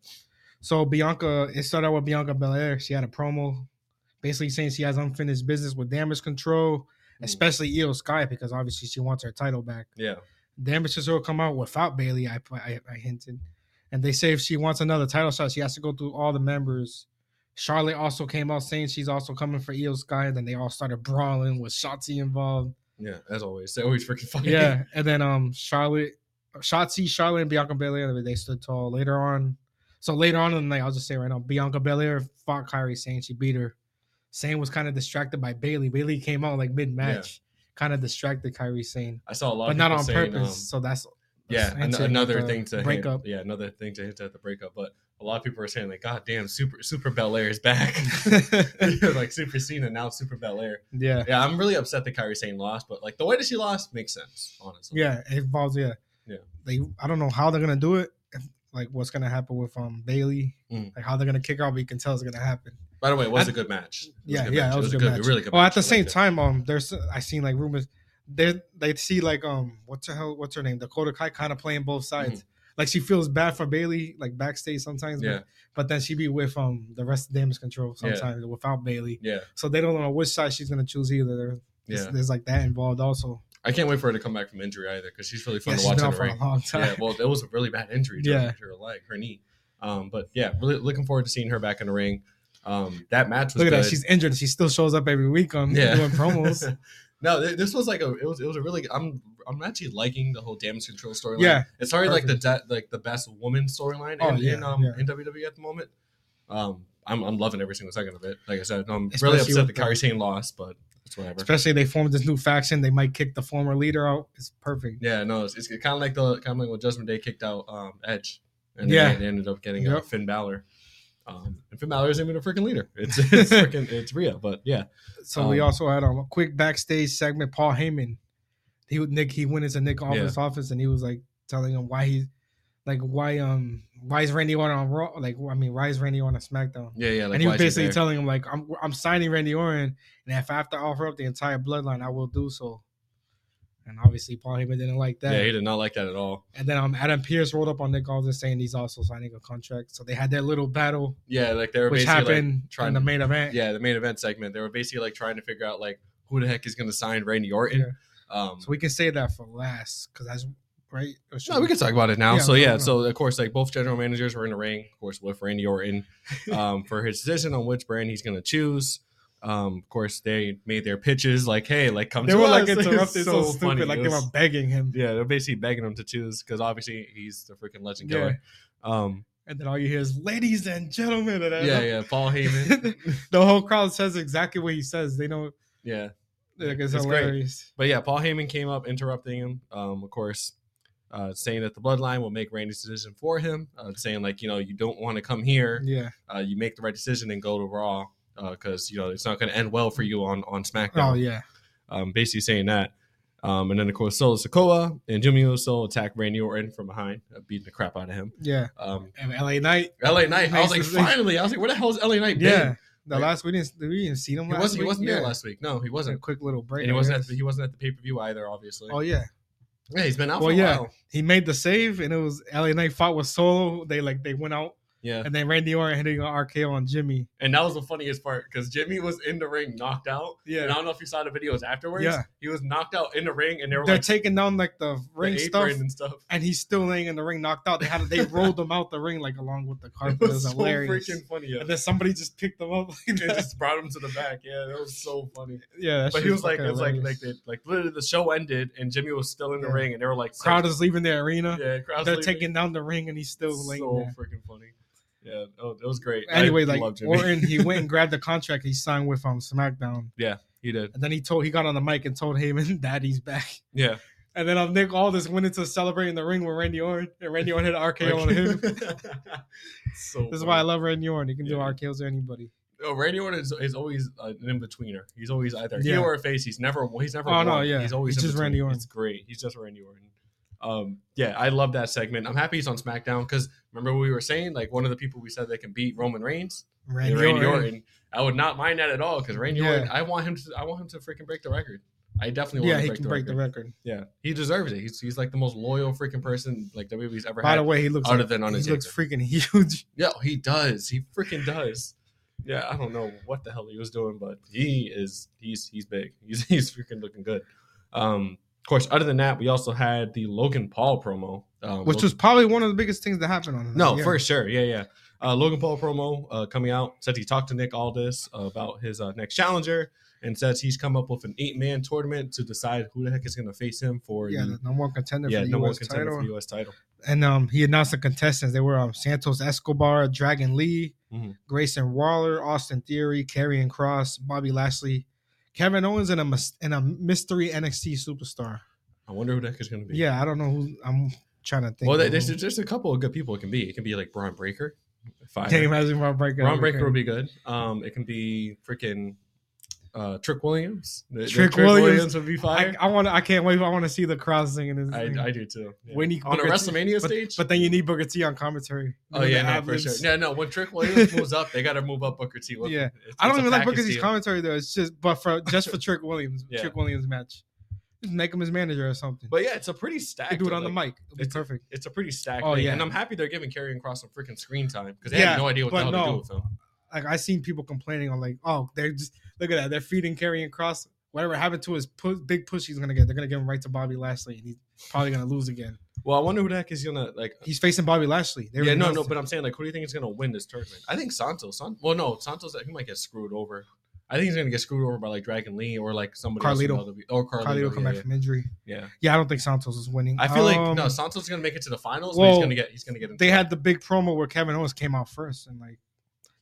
S3: So Bianca, it started out with Bianca Belair. She had a promo, basically saying she has unfinished business with Damage Control, especially Io Sky, because obviously she wants her title back.
S2: Yeah,
S3: Damage Control come out without Bailey. I, I I hinted, and they say if she wants another title shot, she has to go through all the members. Charlotte also came out saying she's also coming for Io Sky, and then they all started brawling with Shotzi involved.
S2: yeah, as always, they always freaking fight.
S3: Yeah, and then um Charlotte, Shotzi, Charlotte, and Bianca Belair they stood tall. Later on, so later on in the night, I'll just say right now, Bianca Belair fought Kyrie, saying she beat her. Saying was kind of distracted by Bailey. Bailey came out like mid match, kind of distracted Kyrie, saying,
S2: I saw a lot,
S3: but
S2: of
S3: not
S2: people
S3: on
S2: saying,
S3: purpose.
S2: um,
S3: so that's
S2: yeah, an-
S3: hinted
S2: another
S3: at the
S2: thing to hint,
S3: breakup.
S2: yeah, another thing to hint at the breakup. But a lot of people are saying like, "God damn, super super Bel Air is back," like Super Cena now Super Bel Air.
S3: Yeah,
S2: Yeah, I'm really upset that Kyrie Sane lost, but like the way that she lost makes sense, honestly.
S3: yeah, it involves yeah,
S2: Yeah.
S3: They, I don't know how they're gonna do it. If, like what's gonna happen with um Bailey?
S2: Mm.
S3: Like how they're gonna kick out? But you can tell it's gonna happen.
S2: By the way, it was
S3: I-
S2: a good match. It was a
S3: yeah,
S2: good
S3: yeah,
S2: match.
S3: it was, a good, match.
S2: really good.
S3: Oh,
S2: match.
S3: at the
S2: I
S3: same
S2: liked it.
S3: time, um, there's I seen like rumors. They they see like um, what's her hell? What's her name? Dakota Kai kind of playing both
S2: Mm-hmm.
S3: sides. Like she feels bad for Bailey, like backstage sometimes.
S2: Yeah.
S3: But, but then she be with um the rest of Damage Control
S2: Yeah.
S3: sometimes without Bailey.
S2: yeah,
S3: So they don't know which side she's gonna choose either. They're It's-
S2: Yeah.
S3: There's like that involved also.
S2: I can't wait for her to come back from injury either because she's really fun
S3: Yeah,
S2: to
S3: she's
S2: watch in
S3: been out
S2: the
S3: for a
S2: ring.
S3: long
S2: Yeah,
S3: time.
S2: well, it was a really bad injury to,
S3: Yeah.
S2: her, to her leg, her knee. Um, but yeah, really looking forward to seeing her back in the ring. Um, that match was
S3: Look at
S2: good.
S3: that. She's injured. She still shows up every week on
S2: Yeah.
S3: doing promos.
S2: no, th- this was like a it was it was a really I'm I'm actually liking the whole damage control storyline.
S3: Yeah,
S2: it's already like the de- like the best woman storyline
S3: Oh,
S2: in, in
S3: yeah,
S2: um
S3: yeah.
S2: in WWE at the moment. Um, I'm I'm loving every single second of it. Like I said, I'm really
S3: Especially
S2: upset that
S3: with the-
S2: Kyrie Sane lost, but it's whatever.
S3: Especially they formed this new faction. They might kick the former leader out. It's perfect.
S2: yeah, no, it's, it's kind of like the kind of like when Judgment Day kicked out um Edge, and
S3: Yeah.
S2: yeah, they ended up getting uh,
S3: Yep.
S2: Finn Balor. Um, and Finn Balor isn't even a freaking leader. It's it's freaking it's Rhea, but yeah,
S3: So we
S2: Um,
S3: also had um, a quick backstage segment. Paul Heyman, he would- Nick he went into Nick Offer's office and he was like telling him why he's like why um why is Randy Orton on Raw like I mean why is Randy Orton on SmackDown?
S2: yeah, yeah. Like,
S3: and he
S2: why is
S3: was
S2: he
S3: basically
S2: there?
S3: telling him like I'm I'm signing Randy Orton and if I have to offer up the entire bloodline I will do so. And obviously Paul Heyman didn't like that.
S2: yeah, he did not like that at all.
S3: and then um Adam Pierce rolled up on Nick Austin saying he's also signing a contract. So they had their little battle
S2: Yeah, like they were
S3: which
S2: basically like,
S3: happened
S2: trying
S3: in the
S2: to-
S3: main event.
S2: yeah, the main event segment. They were basically like trying to figure out like who the heck is going to sign Randy Orton. Um,
S3: So we can say that for last because that's right. Or should
S2: no, we can talk about it now.
S3: Yeah,
S2: so
S3: no,
S2: yeah,
S3: no.
S2: so of course, like both general managers were in the ring, of course, with Randy Orton um, for his decision on which brand he's going to choose. Um, of course, they made their pitches like, "Hey, like come."
S3: They
S2: to
S3: were
S2: us.
S3: like
S2: It's
S3: interrupted so, stupid,
S2: funny.
S3: like
S2: It
S3: they
S2: was-
S3: were begging him.
S2: yeah, they're basically begging him to choose because obviously he's the freaking legend killer. Um,
S3: And then all you hear is "ladies and gentlemen." And I-
S2: yeah, yeah, Paul Heyman.
S3: the whole crowd says exactly what he says. They know
S2: yeah,
S3: like, it's,
S2: It's great.
S3: hilarious.
S2: But yeah, Paul Heyman came up interrupting him, um, of course, uh, saying that the bloodline will make Randy's decision for him, uh, saying like, you know, you don't want to come here.
S3: Yeah.
S2: Uh, you make the right decision and go to Raw because you know it's not going to end well for you on on SmackDown.
S3: Oh yeah.
S2: um, basically saying that. Um, and then of course Solo Sokoa and Jimmy Uso attack Randy Orton from behind, uh, beating the crap out of him.
S3: Yeah.
S2: Um,
S3: And LA Knight.
S2: LA Knight, I was like,
S3: Basically.
S2: finally, I was like, where the hell is LA Knight? Been?
S3: Yeah. The
S2: Like-
S3: last we didn't we didn't see them.
S2: he
S3: last
S2: wasn't. He
S3: week.
S2: wasn't
S3: yeah.
S2: there last week. No, he
S3: A
S2: wasn't.
S3: quick little break.
S2: And he
S3: I
S2: wasn't. At
S3: guess.
S2: the, he wasn't at the pay per view either. Obviously.
S3: Oh yeah.
S2: yeah, he's been out
S3: Well,
S2: for a
S3: yeah.
S2: while.
S3: He made the save, and it was LA Knight fought with Solo. They like they went out,
S2: Yeah.
S3: and then Randy Orton hitting an RKO on Jimmy.
S2: And that was the funniest part because Jimmy was in the ring, knocked out.
S3: Yeah.
S2: And I don't know if you saw the videos afterwards.
S3: Yeah.
S2: He was knocked out in the ring, and they were
S3: They're
S2: like
S3: taking down like the
S2: the
S3: ring
S2: apron
S3: stuff,
S2: and stuff.
S3: and he's still laying in the ring, knocked out. They had they rolled him out the ring like along with the
S2: It
S3: carpet. It was,
S2: was so
S3: hilarious.
S2: freaking funny. Yeah.
S3: And then somebody just picked him up. Like
S2: They
S3: that.
S2: just brought him to the back. Yeah, that was so funny.
S3: yeah, that
S2: But
S3: shit
S2: he was like,
S3: fucking
S2: it was like, like,
S3: hilarious.
S2: they, like literally the show ended, and Jimmy was still in the
S3: Yeah.
S2: ring, and they were like, so-
S3: crowd is leaving the arena.
S2: yeah, crowd's
S3: They're
S2: leaving.
S3: taking down the ring, and he's still laying
S2: so
S3: there.
S2: freaking funny. Yeah, oh, it was great.
S3: Anyway,
S2: I
S3: like
S2: love Jimmy.
S3: Orton, he went and grabbed the contract he signed with um SmackDown,
S2: he did.
S3: and then he told he got on the mic and told Heyman that he's back.
S2: Yeah,
S3: And then um, Nick Aldis went into celebrating the ring with Randy Orton, and Randy Orton hit an RKO on him.
S2: so
S3: This is
S2: funny.
S3: why I love Randy Orton. He can do
S2: Yeah.
S3: RKOs to anybody.
S2: Oh, Randy Orton is, is always uh, an in betweener. He's always either a
S3: Yeah.
S2: heel or a face. He's never he's never.
S3: Oh, no,
S2: won.
S3: yeah.
S2: He's always
S3: He's
S2: in
S3: just
S2: between.
S3: Randy Orton.
S2: It's great. He's just Randy Orton. Um, yeah, I love that segment. I'm happy he's on SmackDown because remember we were saying like one of the people we said that can beat Roman Reigns,
S3: Randy,
S2: Randy, Randy
S3: Orton.
S2: Orton. I would not mind that at all because Randy
S3: Yeah.
S2: Orton. I want him to. I want him to freaking break the record. I definitely want
S3: Yeah,
S2: him
S3: he
S2: to break,
S3: can
S2: the,
S3: break the
S2: record.
S3: record.
S2: Yeah, he deserves it. He's, he's like the most loyal freaking person like WWE's ever
S3: By
S2: had.
S3: the way, he looks
S2: other
S3: like-
S2: than on
S3: he
S2: his
S3: looks freaking huge.
S2: Yeah, he does. He freaking does. Yeah, I don't know what the hell he was doing, but he is he's he's big. He's he's freaking looking good. Um of course, other than that, we also had the Logan Paul promo. Um,
S3: which
S2: Logan-
S3: was probably one of the biggest things that happened on that.
S2: no,
S3: yeah.
S2: for sure. Yeah, yeah. Uh, Logan Paul promo uh, coming out said he talked to Nick Aldis about his uh, next challenger and says he's come up with an eight man tournament to decide who the heck is going to face him for
S3: yeah,
S2: the,
S3: the number one contender
S2: yeah
S3: for the
S2: number one
S3: US
S2: contender
S3: title.
S2: for the U.S. title.
S3: And um, he announced the contestants. They were um, Santos Escobar, Dragon Lee,
S2: Mhm.
S3: Grayson Waller, Austin Theory, Karrion Cross, Bobby Lashley, Kevin Owens, and a mys- and a mystery NXT superstar.
S2: I wonder who the heck is going to be.
S3: Yeah, I don't know who I'm trying to think.
S2: Well,
S3: of
S2: there's
S3: who.
S2: just a couple of good people it can be. It can be like Braun Breaker. Fire.
S3: Can't imagine Ron Breaker.
S2: Ron Breaker would be good. Um, it can be freaking uh, Trick Williams. The- the
S3: Trick Williams.
S2: would be
S3: I,
S2: fire.
S3: I want. I can't wait. I want to see the crowd singing this.
S2: I,
S3: thing.
S2: I, do too. Yeah.
S3: When he-
S2: on a
S3: Booker T-
S2: WrestleMania
S3: but,
S2: stage.
S3: but then you need Booker T on commentary.
S2: oh
S3: Doing
S2: yeah,
S3: the
S2: no, for
S3: ad-libs.
S2: sure. Yeah, no. When Trick Williams moves up, they got to move up Booker T. with him.
S3: Yeah.
S2: It's-
S3: I
S2: it's
S3: don't
S2: a
S3: even like
S2: package
S3: Booker T's
S2: deal.
S3: commentary though. It's just but for just for Trick Williams,
S2: Yeah.
S3: Trick Williams match. Just make him his manager or something.
S2: But yeah, it's a pretty
S3: they
S2: stacked.
S3: do it on
S2: like,
S3: the mic. It'll be
S2: it's-
S3: perfect.
S2: It's a pretty stacked.
S3: Oh,
S2: thing.
S3: yeah.
S2: and I'm happy they're giving Karrion Cross some freaking screen time because they
S3: Yeah,
S2: have no idea what
S3: but
S2: the hell to
S3: no.
S2: do with him.
S3: Like I seen people complaining on like, oh, they're just look at that. They're feeding Karrion Cross whatever happened to his pu- big push he's gonna get, they're gonna give him right to Bobby Lashley, and he's probably gonna lose again.
S2: Well, I wonder who the heck is gonna like.
S3: He's facing Bobby Lashley.
S2: yeah,
S3: They already
S2: no, no.
S3: announced
S2: But
S3: it.
S2: I'm saying like, who do you think is gonna win this tournament? I think Santos. San- well, no, Santos. He might get screwed over. I think he's gonna get screwed over by like Dragon Lee or like somebody else from
S3: Carlito.
S2: LW or Carlito.
S3: Carlito
S2: yeah,
S3: come back
S2: yeah,
S3: from injury.
S2: yeah.
S3: Yeah, I don't think Santos is winning.
S2: I feel like
S3: Um,
S2: no, Santos is gonna make it to the finals. but he's
S3: well,
S2: gonna get. He's gonna get. Into
S3: they had the big promo where Kevin Owens came out first, and like,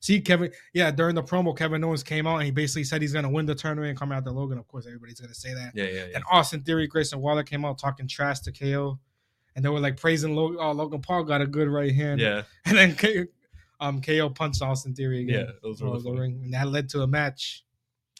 S3: see Kevin, yeah, during the promo, Kevin Owens came out and he basically said he's gonna win the tournament and come out to Logan. Of course, everybody's gonna say that.
S2: Yeah, yeah, yeah.
S3: And Austin Theory, Grayson Waller came out talking trash to KO, and they were like praising Logan. Oh, Logan Paul got a good right hand.
S2: yeah,
S3: And then K- um, KO punched Austin Theory again.
S2: yeah. Those were
S3: All
S2: really
S3: over Oh, the
S2: funny.
S3: ring, and that led to a match.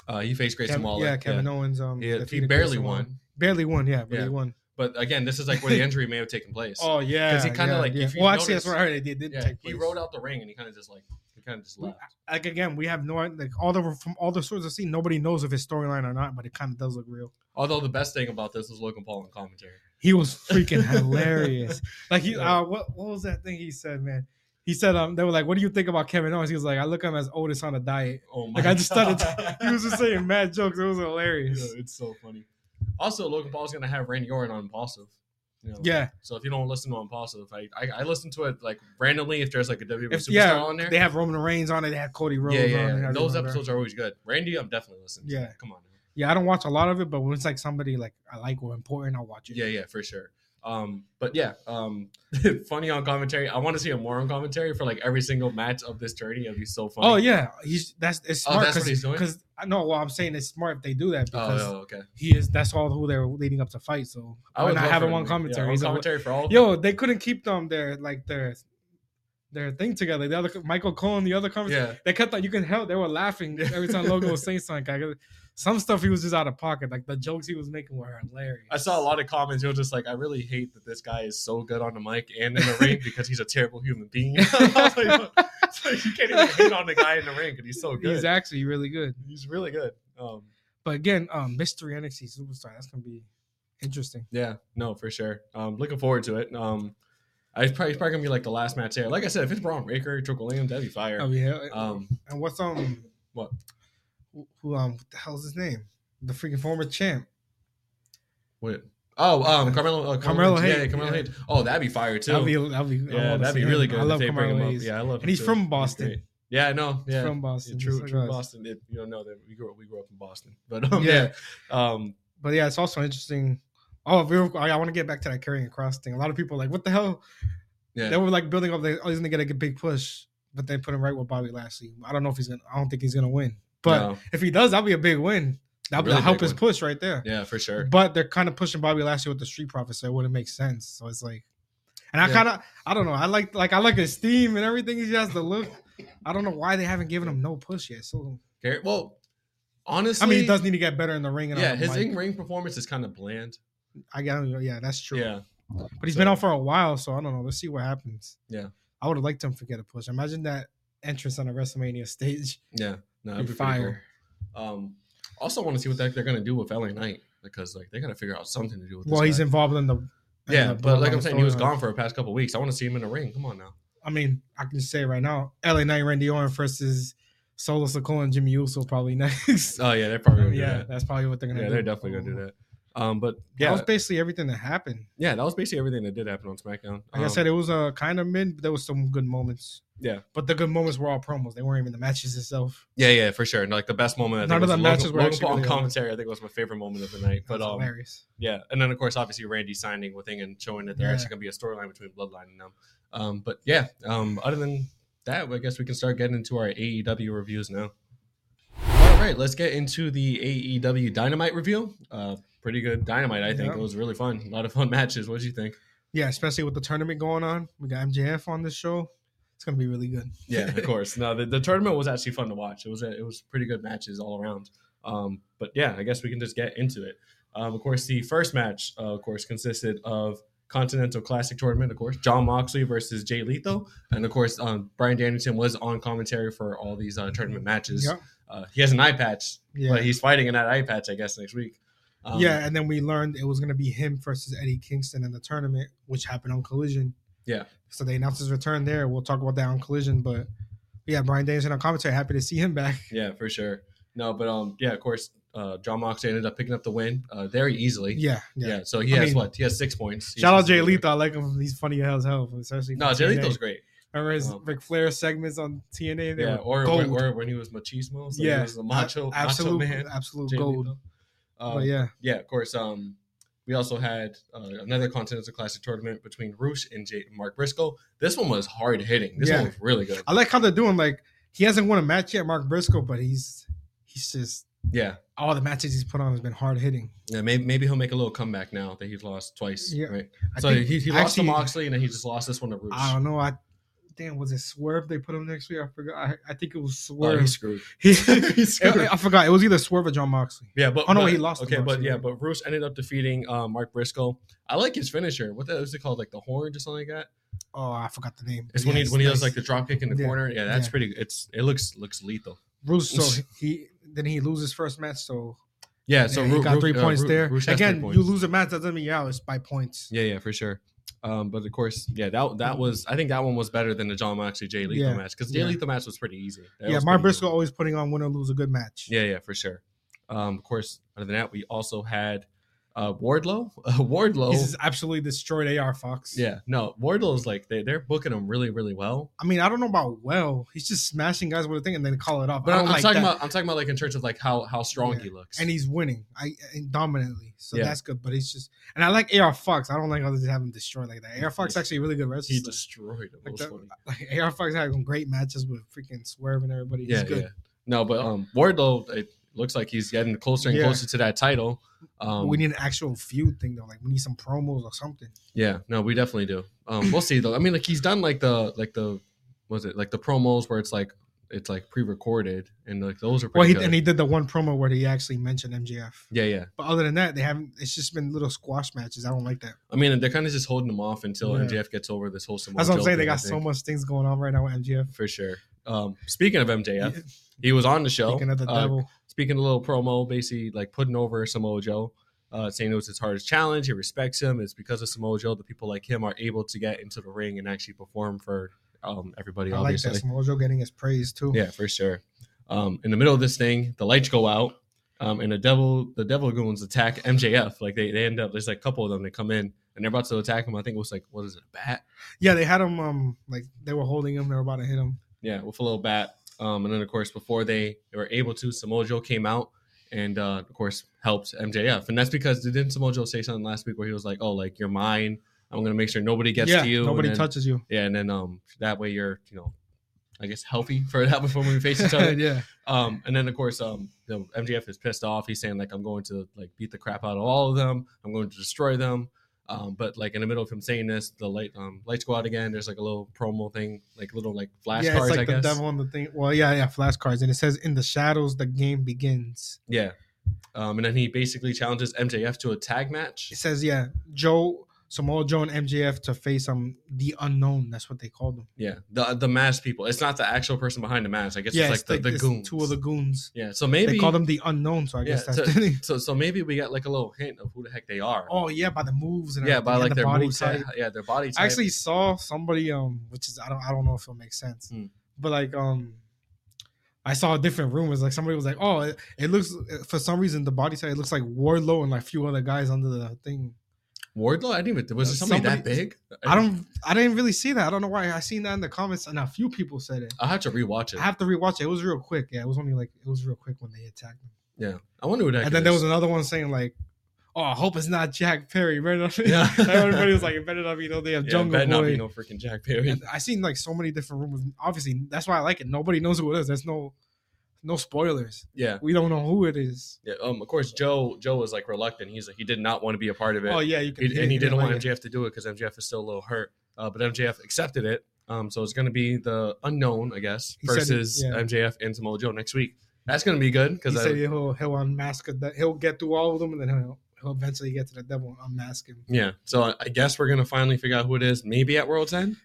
S2: Uh, he faced Grayson
S3: Kev-
S2: Waller.
S3: yeah, Kevin Owens. Um,
S2: Yeah, he
S3: defeated
S2: barely
S3: Grayson Waller.
S2: won.
S3: Barely won. Yeah, but
S2: Yeah.
S3: he won.
S2: But again, this is like where the injury may have taken place.
S3: Oh yeah,
S2: 'Cause he kinda,
S3: yeah,
S2: like,
S3: yeah.
S2: if you
S3: well, actually,
S2: notice-
S3: that's what I heard. It did, did
S2: yeah,
S3: take
S2: he
S3: place.
S2: rode out the ring and he kind of just like he kind of just left.
S3: like again, we have no like all the from all the sources I've seen, nobody knows if his storyline or not, but it kind of does look real.
S2: Although the best thing about this was Logan Paul in commentary.
S3: He was freaking hilarious. Like he,
S2: Yeah.
S3: uh, what what was that thing he said, man? He said, um, they were like, "What do you think about Kevin Owens?" He was like, "I look at him as Otis on a diet."
S2: Oh my!
S3: Like I just
S2: God.
S3: started, he was just saying mad jokes. It was hilarious.
S2: Yeah, it's so funny. Also, Logan Paul's gonna have Randy Orton on Impulsive. You know?
S3: Yeah,
S2: So if you don't listen to Impulsive, I, I I listen to it like randomly if there's like a WWE
S3: if,
S2: superstar
S3: yeah.
S2: on there.
S3: They have Roman Reigns on it. They have Cody Rhodes
S2: yeah, yeah,
S3: on
S2: yeah.
S3: it. I
S2: Those
S3: remember.
S2: episodes are always good. Randy, I'm definitely listening. to.
S3: Yeah.
S2: come on. man.
S3: Yeah, I don't watch a lot of it, but when it's like somebody like I like or important, I'll watch it.
S2: Yeah, yeah, for sure. Um, but yeah, um, funny on commentary. I want to see him more on commentary for like every single match of this journey. It'd be so funny.
S3: Oh yeah, he's that's it's
S2: Oh,
S3: smart
S2: that's what he's doing?
S3: because I know. Well, I'm saying it's smart if they do that
S2: Oh,
S3: because
S2: yeah, okay.
S3: he is that's all who they're leading up to fight. So why
S2: would
S3: not
S2: love
S3: have
S2: for
S3: him on
S2: to be-
S3: commentary?
S2: Yeah, on
S3: He's a-
S2: commentary for all. of
S3: Yo, they couldn't keep them their like their their thing together. The other Michael Cohen, the other
S2: them.
S3: commentary,
S2: yeah.
S3: they kept on. You can help. They were laughing every time Logan was saying something. Like, some stuff he was just out of pocket. Like the jokes he was making were hilarious.
S2: I saw a lot of comments. It was just like, I really hate that this guy is so good on the mic and in the ring because he's a terrible human being. I was like, it's like, you can't even hate on the guy in the ring because he's so good.
S3: He's actually really good.
S2: He's really good. Um,
S3: But again, um, mystery NXT superstar. That's gonna be interesting.
S2: yeah, no, for sure. Um, looking forward to it. Um, I it's probably, it's probably gonna be like the last match there. Like I said, if it's Braun Breaker, Triple Williams, that'd be fire.
S3: Oh yeah.
S2: Um,
S3: and what's um
S2: What?
S3: who, who um what the hell's his name? The freaking former champ.
S2: what? Oh, um, Carmelo, uh,
S3: Carmelo
S2: Hayes. Yeah,
S3: Hayte,
S2: Carmelo
S3: yeah.
S2: Hayes. Oh, that'd be fire too.
S3: That'd be, that'd be, I
S2: yeah,
S3: wanna
S2: that'd
S3: see
S2: be
S3: him.
S2: really good.
S3: I
S2: if
S3: love
S2: they bring him
S3: Kamala
S2: up.
S3: Hayes.
S2: Yeah, I love. him,
S3: And he's
S2: too.
S3: from
S2: He's
S3: Boston.
S2: great. yeah, no,
S3: He's
S2: yeah,
S3: from
S2: Yeah,
S3: Boston.
S2: true,
S3: so
S2: true.
S3: good.
S2: Boston. It, you don't know that we grew up. We grew up in Boston, but um, yeah.
S3: Yeah.
S2: Um,
S3: But yeah, it's also interesting. Oh, real, I, I want to get back to that carrying across thing. A lot of people are like, what the hell?
S2: Yeah.
S3: They were like building up. Like, oh, he's gonna get a big push, but then put him right with Bobby Lashley. I don't know if he's gonna. I don't think he's gonna win. But
S2: no,
S3: if he does, that'll be a big win. That'll
S2: Really
S3: that'll help
S2: big
S3: his
S2: win.
S3: push right there.
S2: yeah, for sure.
S3: But they're kind of pushing Bobby Lashley with the Street Profit, so it wouldn't make sense. So it's like, and I
S2: Yeah.
S3: kind of, I don't know. I like, like, I like his theme and everything. He has the look. I don't know why they haven't given him no push yet. So
S2: Gar- Well, honestly,
S3: I mean, he does need to get better in the ring. And
S2: Yeah,
S3: on the
S2: his
S3: mic.
S2: in ring performance is kind of bland.
S3: I got, yeah, that's true.
S2: Yeah,
S3: but he's been
S2: so-
S3: out for a while, so I don't know. Let's see what happens.
S2: Yeah.
S3: I would have liked him to get a push. Imagine that entrance on a WrestleMania stage.
S2: yeah. No,
S3: Be
S2: that'd be pretty
S3: fire.
S2: Cool. Um, also want to see what the heck they're gonna do with LA Knight because like they gotta figure out something to do with. This
S3: Well, he's
S2: guy.
S3: involved in the. in
S2: Yeah,
S3: the
S2: but like
S3: Bloodline
S2: I'm saying, he was
S3: storyline.
S2: gone for the past couple weeks. I want to see him in the ring. Come on now.
S3: I mean, I can just say right now, LA Knight, Randy Orton versus Solo Sokoa and Jimmy Uso probably next.
S2: Oh yeah, they're probably gonna do
S3: yeah,
S2: that.
S3: that's probably what they're gonna
S2: Yeah,
S3: do. Oh.
S2: they're definitely gonna do that. Um, but
S3: That
S2: yeah,
S3: was basically everything that happened.
S2: yeah, that was basically everything that did happen on SmackDown.
S3: Like I
S2: Um,
S3: said, it was uh, kind of mid, but there was some good moments.
S2: Yeah.
S3: But the good moments were all promos. They weren't even the matches itself.
S2: Yeah, yeah, for sure. And, like the best moment. I think
S3: None of
S2: was
S3: the matches were
S2: Logan
S3: actually
S2: Paul
S3: really good.
S2: commentary. I think was my favorite moment of the night.
S3: That
S2: But
S3: was
S2: um,
S3: hilarious.
S2: yeah, and then of course, obviously, Randy signing with Thing and showing that there's
S3: Yeah.
S2: actually gonna be a storyline between Bloodline and them. Um, but yeah, um, other than that, I guess we can start getting into our AEW reviews now. All right, let's get into the AEW Dynamite review. Uh, pretty good Dynamite, I think.
S3: Yeah.
S2: It was really fun. A lot of fun matches. What did you think?
S3: Yeah, especially with the tournament going on. We got MJF on this show. It's gonna be really good.
S2: Yeah, of course. No, the, the tournament was actually fun to watch. It was a, it was pretty good matches all around. Um, but yeah, I guess we can just get into it. Um, of course, the first match, uh, of course, consisted of Continental Classic Tournament, of course, John Moxley versus Jay Lethal, and of course, um, Brian Danielson was on commentary for all these uh, tournament matches.
S3: Yep.
S2: Uh, he has an eye patch,
S3: Yeah.
S2: but he's fighting in that eye patch, I guess, next week. Um,
S3: yeah, and then we learned it was gonna be him versus Eddie Kingston in the tournament, which happened on Collision.
S2: Yeah.
S3: So they announced his return there. We'll talk about that on Collision, but yeah, Brian Danielson on commentary. Happy to see him back.
S2: Yeah, for sure. No, but um, yeah, of course, uh, John Moxley ended up picking up the win uh, very easily.
S3: Yeah,
S2: Yeah.
S3: yeah.
S2: so he
S3: I
S2: has
S3: mean,
S2: what? He has six points. He's
S3: Shout out
S2: the
S3: Jay
S2: leader.
S3: Lethal. I like him. He's funny as hell, especially.
S2: No,
S3: from
S2: Jay
S3: TNA.
S2: Lethal's great.
S3: Remember his
S2: Um,
S3: Ric Flair segments on TNA? They
S2: Yeah,
S3: were
S2: or,
S3: gold.
S2: when- or when he was machismo. So He
S3: Yeah.
S2: was a macho,
S3: absolute,
S2: macho man.
S3: absolute
S2: Jay
S3: gold.
S2: Lethal. Um,
S3: but
S2: yeah.
S3: yeah,
S2: of course. Um, we also had uh, another Continental Classic tournament between Roosh and Jay- Mark Briscoe. This one was hard hitting. This
S3: Yeah. Uh,
S2: one was really good.
S3: I like how they're doing. Like he hasn't won a match yet, Mark Briscoe, but he's he's just
S2: Yeah.
S3: all the matches he's put on has been hard hitting.
S2: yeah maybe, maybe he'll make a little comeback now that he's lost twice.
S3: Yeah.
S2: Right.
S3: I
S2: So
S3: think-
S2: he, he lost
S3: actually,
S2: to Moxley and then he just lost this one to Roosh.
S3: I don't know. I damn was it Swerve they put him next week? I forgot. I, I think it was
S2: Oh,
S3: Swerve.
S2: he's screwed.
S3: He-
S2: he's screwed.
S3: I, I forgot. It was either Swerve or John Moxley.
S2: Yeah, but
S3: Oh, no,
S2: but-
S3: he lost to
S2: Okay, but
S3: Moxley,
S2: yeah,
S3: yeah.
S2: but Bruce ended up defeating um, Mark Briscoe. I like his finisher. What the, was it called? Like the horn or something like that.
S3: Oh, I forgot the name.
S2: It's
S3: Yeah,
S2: when he when he does
S3: nice.
S2: like the drop kick in the
S3: Yeah.
S2: corner. Yeah, that's
S3: Yeah.
S2: pretty. It's it looks looks lethal.
S3: Bruce. So he then he loses first match. So
S2: Yeah, so
S3: he
S2: Ru-
S3: got
S2: Ru-
S3: three
S2: uh,
S3: points
S2: Ru-
S3: there.
S2: Rush has
S3: Again,
S2: three
S3: you
S2: points.
S3: lose a match that doesn't mean you're out. It's by points.
S2: Yeah, yeah, for sure. Um, but of course, yeah, that that was I think that one was better than the John Moxley Jay Lethal
S3: Yeah.
S2: match because Jay
S3: Yeah.
S2: Lethal match was pretty easy. That
S3: yeah,
S2: was
S3: Mark
S2: pretty
S3: Briscoe always putting on win or lose a good match.
S2: easy. Yeah, yeah, for sure. Um, of course, other than that, we also had uh, Wardlow. Wardlow.
S3: He's just absolutely destroyed AR Fox.
S2: yeah, no, Wardlow's like they they're booking him really really well.
S3: I mean, I don't know about well. He's just smashing guys with a thing and then call it off.
S2: But
S3: I
S2: I'm,
S3: don't
S2: I'm
S3: like
S2: talking
S3: that.
S2: about I'm talking about like in terms of like how how strong
S3: Yeah.
S2: he looks.
S3: and he's winning, I and dominantly. So
S2: Yeah.
S3: that's good. But he's just and I like AR Fox. I don't like how they have him destroyed like that. AR Fox
S2: Yeah.
S3: actually a really good wrestler.
S2: he destroyed him. It
S3: Like
S2: was
S3: that-
S2: funny.
S3: like AR Fox had some great matches with freaking Swerve and everybody. He's
S2: Yeah,
S3: good.
S2: yeah. No, but um, Wardlow, it looks like he's getting closer and
S3: Yeah.
S2: closer to that title.
S3: But
S2: Um,
S3: we need an actual feud thing though. Like we need some promos or something.
S2: yeah, no, we definitely do. Um, we'll see though. I mean, like he's done like the like the was it like the promos where it's like it's like pre-recorded and like those are
S3: Well,
S2: pretty
S3: he
S2: good.
S3: and he did the one promo where he actually mentioned MJF.
S2: yeah, yeah.
S3: But other than that, they haven't. It's just been little squash matches. I don't like that.
S2: I mean, they're kind of just holding him off until
S3: Yeah.
S2: MJF gets over this whole. Samoa
S3: That's what I'm
S2: Joe
S3: saying. They
S2: thing, I
S3: got so
S2: think,
S3: much things going on right now with MJF.
S2: for sure. Um, speaking of MJF,
S3: Yeah.
S2: he was on the show.
S3: Speaking of the
S2: uh,
S3: devil,
S2: speaking a little promo, basically like putting over Samoa Joe, uh, saying it was his hardest challenge. He respects him. It's because of Samoa Joe that people like him are able to get into the ring and actually perform for um, everybody.
S3: I like that.
S2: Obviously,
S3: Samoa Joe getting his praise too.
S2: yeah, for sure. Um, in the middle of this thing, the lights go out, um, and the devil, the devil goons attack MJF. Like they, they end up. There's like a couple of them. They come in and they're about to attack him. I think it was like what is it, a bat?
S3: Yeah, they had him. Um, like they were holding him. They were about to hit him.
S2: Yeah, with a little bat. Um, and then of course before they, they were able to, Samojo came out and uh, of course helped MJF. And that's because didn't Samojo say something last week where he was like, "Oh, like you're mine. I'm gonna make sure nobody gets
S3: yeah,
S2: to you.
S3: nobody
S2: and then,
S3: touches you.
S2: Yeah, and then um that way you're you know, I guess healthy for that before we face each other.
S3: yeah,
S2: Um, and then of course, um, the MJF is pissed off. He's saying like, I'm going to like beat the crap out of all of them. I'm going to destroy them. Um, but like in the middle of him saying this, the light um lights go out again. There's like a little promo thing, like little like flashcards.
S3: yeah. It's like
S2: I
S3: the
S2: guess.
S3: devil and the thing. Well, yeah, yeah. Flashcards, and it says, "In the shadows, the game begins."
S2: Yeah. Um, and then he basically challenges MJF to a tag match.
S3: It says, "Yeah, Joe." Samoa Joe and MJF to face um the unknown. That's what they called them.
S2: Yeah, the the mask people. It's not the actual person behind the mask. I guess
S3: yeah,
S2: it's like the, the
S3: it's
S2: goons.
S3: Two of the goons.
S2: yeah. So maybe
S3: They call them the unknown. So I
S2: Yeah,
S3: guess that's
S2: so-
S3: the name.
S2: So so maybe we got like a little hint of who the heck they are.
S3: Oh yeah, by the moves and
S2: yeah,
S3: everything,
S2: by
S3: and
S2: like
S3: the
S2: their
S3: body
S2: moves.
S3: type.
S2: Yeah, their body type.
S3: I actually saw somebody um, which is I don't I don't know if it'll make sense,
S2: Hmm.
S3: but like um, I saw different rumors. Like somebody was like, oh, it, it looks for some reason the body type it looks like Wardlow and like a few other guys under the thing.
S2: Wardlow. I didn't even. Was it somebody, that
S3: Somebody-
S2: big?
S3: I don't I didn't really see that. I don't know why I seen that in the comments and a few people said it.
S2: I'll have to rewatch it.
S3: I have to rewatch it. It was real quick. Yeah, it was only like it was real quick when they attacked him.
S2: yeah, I wonder what.
S3: And then there was another one saying like, "Oh, I hope it's not Jack Perry." Right?
S2: Yeah.
S3: Everybody was like, "It better not be no damn
S2: yeah,
S3: Jungle
S2: better not
S3: Boy."
S2: be no freaking Jack Perry.
S3: And I seen like so many different rumors. Obviously, that's why I like it. Nobody knows who it is. There's no no spoilers.
S2: Yeah.
S3: We don't know who it is.
S2: yeah. Um. Of course, Joe. Joe was like reluctant. He's he did not want to be a part of it.
S3: Oh yeah, you can.
S2: He- and he didn't want
S3: like it.
S2: MJF to do it because MJF is still a little hurt. Uh, but MJF accepted it. Um, so it's going to be the unknown, I guess,
S3: He said he-
S2: versus
S3: yeah.
S2: MJF and Samoa Joe next week. That's going to be good
S3: He
S2: because
S3: said he'll he'll unmask it. He'll get through all of them, and then he'll he'll eventually get to the devil and unmask him.
S2: yeah. So I- I guess we're going to finally figure out who it is. Maybe at World's End,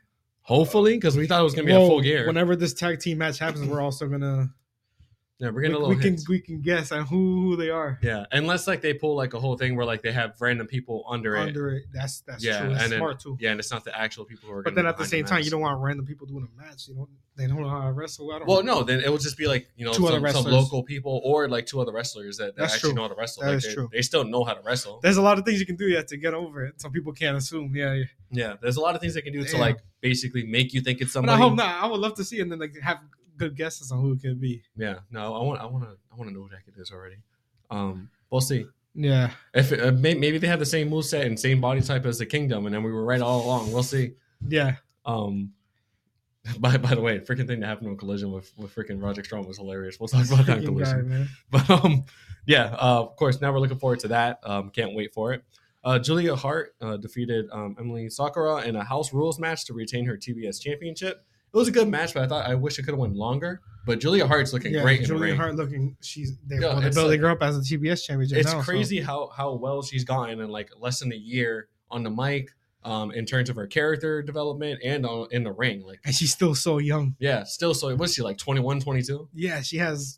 S2: hopefully, because we thought it was going to be a
S3: Well,
S2: full gear.
S3: Whenever this tag team match happens, we're also gonna
S2: Yeah, we're
S3: We,
S2: getting a
S3: we
S2: little.
S3: can
S2: hints.
S3: we can guess on who, who they are
S2: yeah, unless like they pull like a whole thing where like they have random people under, it.
S3: under it. That's that's
S2: yeah,
S3: true. That's
S2: and then-
S3: smart too.
S2: Yeah, and it's not the actual people who are.
S3: But
S2: gonna
S3: then
S2: be
S3: at the
S2: behind
S3: same time,
S2: mask.
S3: you don't want random people doing a match. You know, they don't know how to wrestle. I don't.
S2: Well,
S3: know.
S2: no, then it will just be like you know
S3: Two other
S2: some, some
S3: wrestlers.
S2: local people or like two other wrestlers that, that
S3: That's
S2: actually
S3: true.
S2: know how to wrestle.
S3: That
S2: like,
S3: is
S2: they,
S3: true.
S2: They still know how to wrestle.
S3: There's a lot of things you can do yet to get over it. Some people can't assume. Yeah, yeah.
S2: yeah, there's a lot of things they can do to
S3: Damn.
S2: like basically make you think it's
S3: But
S2: somebody.
S3: I hope not. I would love to see and then like have good guesses on who it could be.
S2: Yeah, no, I want, I want to, I want to know what jacket is already. Um, we'll see.
S3: Yeah,
S2: If it, uh, may, maybe they have the same moveset and same body type as the Kingdom, and then we were right all along. We'll see.
S3: yeah.
S2: Um, by by the way, freaking thing that happened on Collision with with freaking Roger Strong was hilarious. We'll talk about that on
S3: Freaking guy,
S2: Collision.
S3: man.
S2: But um, yeah, uh, of course, now we're looking forward to that. Um, can't wait for it. Uh, Julia Hart uh, defeated um, Emily Sakura in a House Rules match to retain her TBS championship. It was a good match, but I thought I wish it could have went longer. But Julia Hart's looking
S3: Yeah,
S2: great in the
S3: Julia
S2: ring.
S3: Hart looking. She's they're,
S2: Yeah,
S3: well, they're
S2: it's
S3: building her up as a TBS championship.
S2: it's
S3: now, so-
S2: crazy how how well she's gotten in like less than a year on the mic, um, in terms of her character development and on, in the ring. Like,
S3: and she's still so young.
S2: yeah, still so. What's she like? 21, 22?
S3: Yeah, she has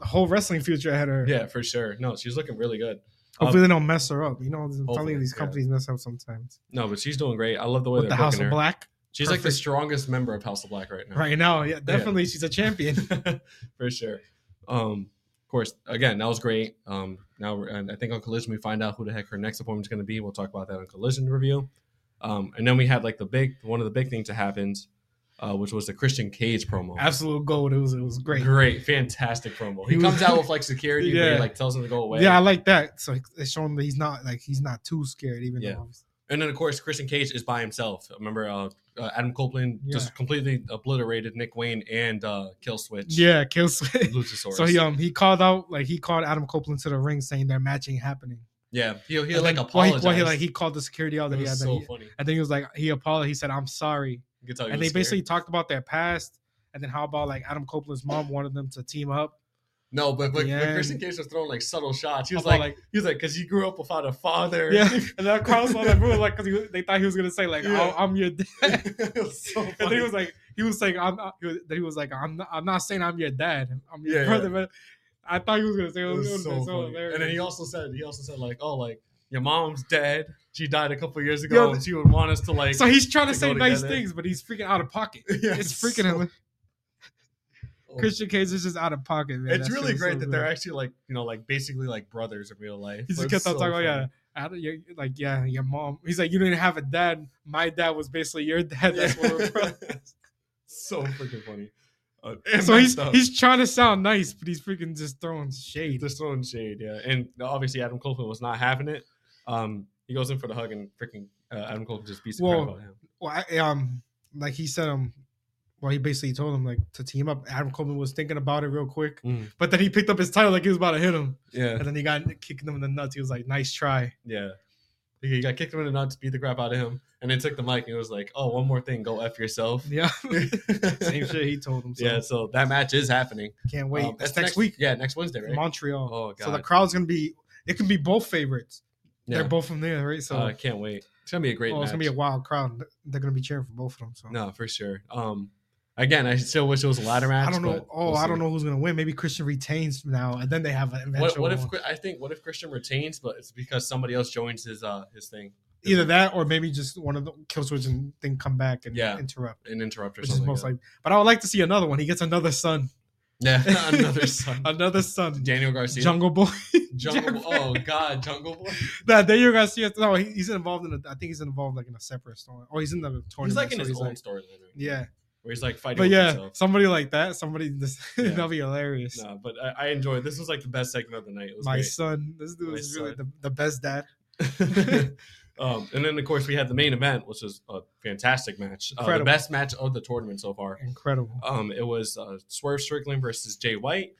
S3: a whole wrestling future ahead of her.
S2: Yeah, for sure. No, she's looking really good.
S3: Hopefully they don't mess her up. You know, I'm telling
S2: Hopefully,
S3: you, these
S2: yeah.
S3: companies mess up sometimes.
S2: No, but she's doing great. I love the way
S3: With the
S2: they're
S3: House
S2: booking
S3: of
S2: her.
S3: Black,
S2: She's like the
S3: perfect.
S2: strongest member of House of Black right now.
S3: right now, yeah, definitely she's a champion.
S2: for sure. Um, of course, again, that was great. Um, now, we're, and I think on Collision, we find out who the heck her next opponent's going to be. We'll talk about that on Collision review. Um, and then we had like the big one of the big things that happened, uh, which was the Christian Cage promo.
S3: Absolute gold. It was it was great.
S2: Great, fantastic promo. He
S3: He was-
S2: comes out with like security, but
S3: Yeah.
S2: he like tells him to go away.
S3: Yeah, I like that. So it's showing that he's not like he's not too scared, even
S2: Yeah.
S3: though
S2: and then of course Christian Cage is by himself. Remember, uh, uh, Adam Copeland
S3: Yeah.
S2: just completely obliterated Nick Wayne and uh, Kill Switch.
S3: yeah, kill switch.
S2: Luchasaurus.
S3: So he um he called out like he called Adam Copeland to the ring saying their matching happening.
S2: yeah, he he
S3: And
S2: like
S3: then-
S2: apologized.
S3: well, he- well, he, like he called the security out
S2: It
S3: that he had.
S2: was
S3: that
S2: so
S3: he-
S2: funny.
S3: I think he was like he apologized. He said I'm sorry,
S2: You could tell he
S3: and they
S2: was
S3: basically
S2: scared.
S3: talked about their past. And then how about like Adam Copeland's mom wanted them to team up?
S2: no, but but
S3: the
S2: when
S3: end-
S2: Christian Cage was throwing like subtle shots, he was
S3: How about,
S2: like, he was like because he grew up without a father.
S3: yeah, and then Carlos was like, bro, like, because they thought he was gonna say like,
S2: Yeah.
S3: "Oh, I'm your dad.
S2: it was so
S3: And then
S2: funny.
S3: he was like, he was saying, I'm not, he was, that he was like, I'm not, I'm not saying I'm your dad. I'm your
S2: Yeah, yeah.
S3: brother. But I thought he was going to say, oh,
S2: It
S3: it
S2: was
S3: was
S2: so funny. And then he also said he also said like oh like your mom's dead. She died a couple years ago,
S3: Yo,
S2: and she would want us to like.
S3: so he's trying to
S2: they
S3: say
S2: go
S3: nice
S2: together.
S3: things, but he's freaking out of pocket.
S2: Yeah,
S3: It's freaking
S2: so-
S3: him. Christian Cage is just out of pocket, man.
S2: It's
S3: That
S2: really
S3: shit was so
S2: great that they're
S3: good.
S2: actually like you know like basically like brothers in real life.
S3: He just
S2: It's
S3: kept on
S2: so
S3: talking, oh, yeah.
S2: funny.
S3: I don't, you like, yeah, your mom. He's like, you didn't have a dad. My dad was basically your dad. That's what we're from.
S2: so freaking funny. Uh,
S3: So he's
S2: he's.
S3: he's trying to sound nice, but he's freaking just throwing shade.
S2: Just throwing shade, yeah. And obviously, Adam Copeland was not having it. Um, he goes in for the hug, and freaking uh, Adam Copeland just beats the
S3: Well,
S2: crap out of him.
S3: well, I, um, like he said, um, well, he basically told him like to team up. Adam Coleman was thinking about it real quick,
S2: Mm.
S3: but then he picked up his title like he was about to hit him,
S2: Yeah,
S3: and then he got kicking him in the nuts. He was like, "Nice try."
S2: yeah. He got kicked him in the nuts, beat the crap out of him, and then took the mic and it was like, "Oh, one more thing, go f yourself."
S3: Yeah, same
S2: Same
S3: shit he told him. So
S2: Yeah, so that match is happening.
S3: can't wait.
S2: Um,
S3: That's next, week,
S2: Yeah, next Wednesday, right?
S3: Montreal.
S2: Oh god,
S3: so the crowd's gonna be. It can be both favorites.
S2: yeah.
S3: They're both from there, right? So
S2: Uh, can't wait. It's gonna be a great.
S3: oh,
S2: match.
S3: it's gonna be a wild crowd. They're gonna be cheering for both of them. So
S2: no for sure. Um, again, I still wish it was a ladder match.
S3: I don't
S2: but
S3: know. Oh,
S2: we'll
S3: I
S2: see.
S3: don't know who's gonna win. Maybe Christian retains now, and then they have an eventual.
S2: What, what if
S3: one.
S2: Chri- I think what if Christian retains, but it's because somebody else joins his uh his thing
S3: either that or maybe just one of the kill switch and then come back and
S2: Yeah.
S3: interrupt,
S2: an interrupt or
S3: which is
S2: something.
S3: most
S2: like
S3: like. But I would like to see another one. He gets another son,
S2: that. yeah, another son,
S3: another son.
S2: Daniel Garcia,
S3: Jungle Boy.
S2: Jungle.
S3: Jack
S2: oh God, Jungle Boy.
S3: nah, then you're gonna see it. No, he, he's involved in. A, I think he's involved like in a separate story. Oh, he's in the tournament.
S2: He's like in
S3: so
S2: his
S3: he's
S2: own
S3: like-
S2: storyline, right?
S3: yeah,
S2: where he's like fighting.
S3: but
S2: with
S3: yeah,
S2: himself.
S3: somebody like that. Somebody this
S2: Yeah.
S3: that'll be hilarious.
S2: No, but I, I enjoyed. This was like the best segment of the night. It was
S3: My
S2: great.
S3: son, this dude
S2: My
S3: is really
S2: son.
S3: the, the best dad.
S2: um, and then of course we had the main event, which was a fantastic match, uh, the
S3: Incredible.
S2: best match of the tournament so far.
S3: Incredible.
S2: Um, it was uh, Swerve Strickland versus Jay White.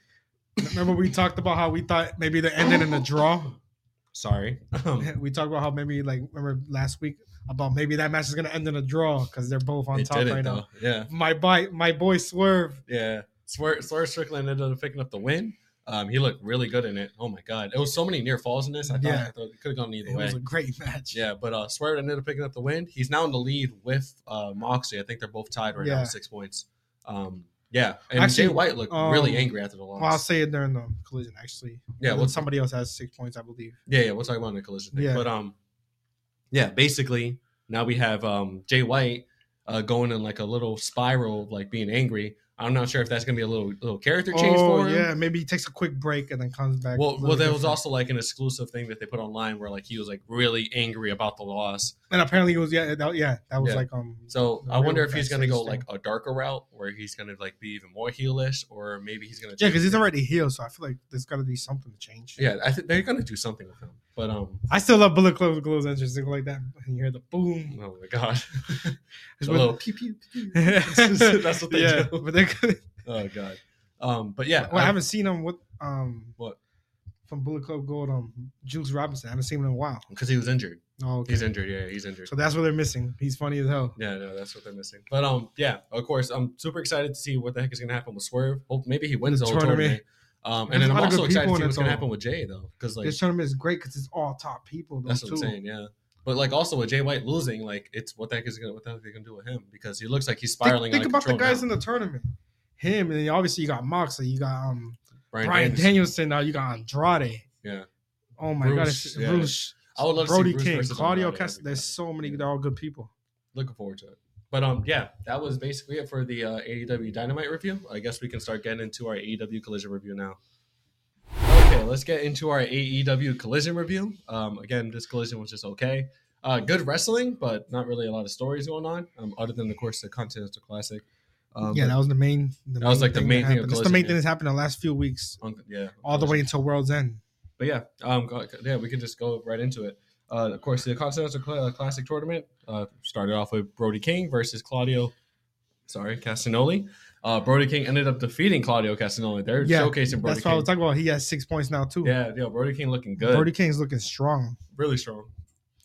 S3: Remember we talked about how we thought maybe they ended in a draw.
S2: Sorry, um,
S3: we talked about how maybe like remember last week about maybe that match is gonna end in a draw because they're both on
S2: it
S3: top
S2: did it
S3: right
S2: though.
S3: now.
S2: Yeah,
S3: My boy, my boy Swerve.
S2: Yeah. Swerve, Swerve Strickland ended up picking up the win. Um, he looked really good in it. Oh my god, it was so many near falls in this. I thought,
S3: Yeah.
S2: I thought it could have gone either
S3: It
S2: way.
S3: was a great match.
S2: yeah, but uh, Swerve ended up picking um, up the win. He's now in the lead with uh, Moxley. I think they're both tied right now,
S3: Yeah.
S2: with six points. Um, Yeah, and
S3: Actually,
S2: Jay White looked
S3: um,
S2: really angry after the loss.
S3: Well, I'll say it during the collision actually.
S2: yeah,
S3: well,
S2: what's
S3: somebody else has six points, I believe.
S2: Yeah, yeah, we'll talk about it in the collision thing.
S3: Yeah.
S2: But um, yeah, basically now we have um Jay White uh, going in like a little spiral, of, like being angry. I'm not sure if that's gonna be a little little character change
S3: oh
S2: for him.
S3: yeah, maybe he takes a quick break and then comes back. a
S2: Well,
S3: little
S2: well, there was
S3: different.
S2: also like an exclusive thing that they put online where like he was like really angry about the loss.
S3: and apparently it was yeah, that, yeah, that was
S2: Yeah.
S3: like um.
S2: So
S3: The
S2: I wonder
S3: real
S2: if he's
S3: Fast
S2: gonna go
S3: Six
S2: like a darker route where he's gonna like be even more heelish, or maybe he's gonna
S3: Yeah,
S2: change
S3: because he's
S2: it.
S3: already healed, so I feel like there's got to be something to change.
S2: yeah. I think they're gonna do something with him. But um,
S3: I still love Bullet Club Glow's entrance. They go like that, and you hear the boom.
S2: oh my god,
S3: It's
S2: a
S3: with-
S2: little pew pew pew. That's what they
S3: yeah,
S2: do.
S3: But they could,
S2: Oh god. Um, but yeah,
S3: well, I
S2: I-
S3: haven't seen him with um
S2: What?
S3: from Bullet Club Gold um Juice Robinson. I haven't seen him in a while.
S2: because he was injured.
S3: Oh, okay.
S2: He's injured. Yeah, he's injured.
S3: So that's what they're missing. He's funny as hell.
S2: Yeah, no, that's what they're missing. But um, yeah, of course, I'm super excited to see what the heck is gonna happen with Swerve. Hope maybe he wins the, whole tournament.
S3: tournament.
S2: Um,
S3: There's
S2: and then
S3: a
S2: I'm
S3: lot of
S2: also
S3: good
S2: excited
S3: people
S2: to see
S3: in
S2: what's
S3: it,
S2: gonna
S3: though.
S2: happen with Jay though, because like
S3: this tournament is great because it's all top people. Though,
S2: that's what
S3: too.
S2: I'm saying. Yeah. But like also with Jay White losing, like it's what the heck is gonna what the heck are they gonna do with him because he looks like he's
S3: Think-
S2: spiraling.
S3: Think,
S2: out of
S3: about the
S2: control
S3: guys
S2: now.
S3: in the tournament. Him and then obviously you got Moxley, you got um
S2: Bryan
S3: Brian,
S2: Daniels.
S3: Danielson. Now you got Andrade.
S2: Yeah.
S3: Oh my
S2: Bruce,
S3: god, it's
S2: yeah.
S3: Bruce.
S2: I would love to see
S3: Brody
S2: Bruce
S3: King,
S2: versus
S3: Claudio
S2: Andrade. That'd
S3: Cast.
S2: be
S3: There's
S2: fun.
S3: so many.
S2: Yeah.
S3: They're all good people.
S2: looking forward to it. But um, yeah, that was basically it for the uh, AEW Dynamite review. I guess we can start getting into our AEW Collision review now. Okay, let's get into our AEW Collision review. Um, again, this Collision was just okay. Uh, good wrestling, but not really a lot of stories going on, um, other than of course the Continental Classic. Um,
S3: yeah, that was the main. The
S2: That was, like, the main
S3: that
S2: thing of
S3: happened. That's the
S2: Collision,
S3: main
S2: yeah.
S3: thing that's happened the last few weeks,
S2: on- yeah,
S3: all the way until World's End.
S2: But yeah, um, go- yeah, we can just go right into it. Uh, of course, the Continental Cl- uh, Classic tournament uh, started off with Brody King versus Claudio, sorry, Castagnoli. Uh, Brody King ended up defeating Claudio Castagnoli. They're
S3: Yeah,
S2: showcasing Brody
S3: that's what I
S2: King.
S3: was talking about. He has six points now too.
S2: yeah, yo, Brody King looking good,
S3: Brody King's looking strong.
S2: really strong.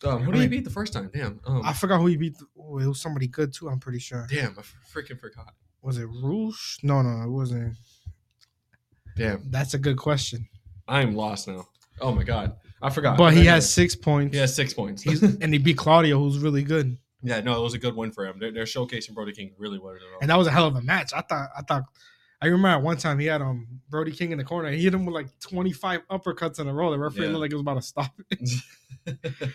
S2: Um, who did he beat the first time? Damn, um,
S3: I forgot who he beat. Oh, it was somebody good too. I'm pretty sure.
S2: damn, I freaking forgot.
S3: Was it Rouge? No, no, it wasn't.
S2: Damn,
S3: That's a good question.
S2: I am lost now. Oh my god, I forgot.
S3: But he has six points.
S2: he has six points.
S3: He's, and he beat Claudio, who's really good.
S2: yeah, no, it was a good win for him. They're, they're showcasing Brody King really well.
S3: And that was a hell of a match. I thought I thought I remember at one time he had um Brody King in the corner. He hit him with like 25 uppercuts in a row. The referee
S2: Yeah.
S3: looked like it was about to stop it.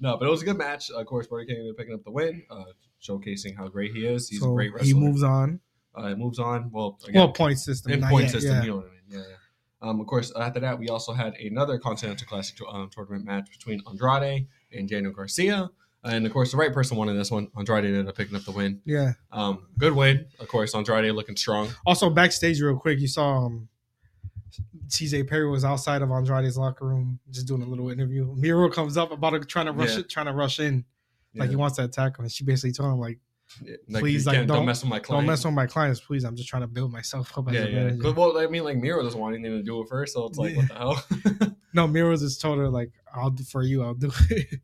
S2: no, but it was a good match. Uh, Of course, Brody King ended up picking up the win, uh, showcasing how great he is. He's
S3: so
S2: a great wrestler.
S3: he moves on.
S2: Uh, he moves on. Well, again,
S3: Well, point system.
S2: in
S3: not
S2: point
S3: yet,
S2: system,
S3: yeah.
S2: you know what I mean. Yeah, yeah. Um, of course, after that, we also had another Continental Classic um, tournament match between Andrade and Daniel Garcia. Uh, And of course, the right person won in this one. Andrade ended up picking up the win.
S3: Yeah.
S2: Um, good win. Of course, Andrade looking strong.
S3: Also backstage, real quick, you saw um TJ Perry was outside of Andrade's locker room just doing a little interview. Miro comes up about to, trying to rush
S2: Yeah.
S3: it, trying to rush in. Like
S2: Yeah.
S3: he wants to attack him. And she basically told him, like,
S2: Like,
S3: please,
S2: you
S3: like,
S2: can't- don't,
S3: don't-
S2: mess with my
S3: don't
S2: client.
S3: mess with my clients, please. I'm just trying to build myself up as
S2: Yeah,
S3: a
S2: yeah.
S3: manager.
S2: But, Well, I mean, like Miro doesn't want anything to do with her, so it's like, what the hell?
S3: No, Miro just told her like, "I'll do for you. I'll do it."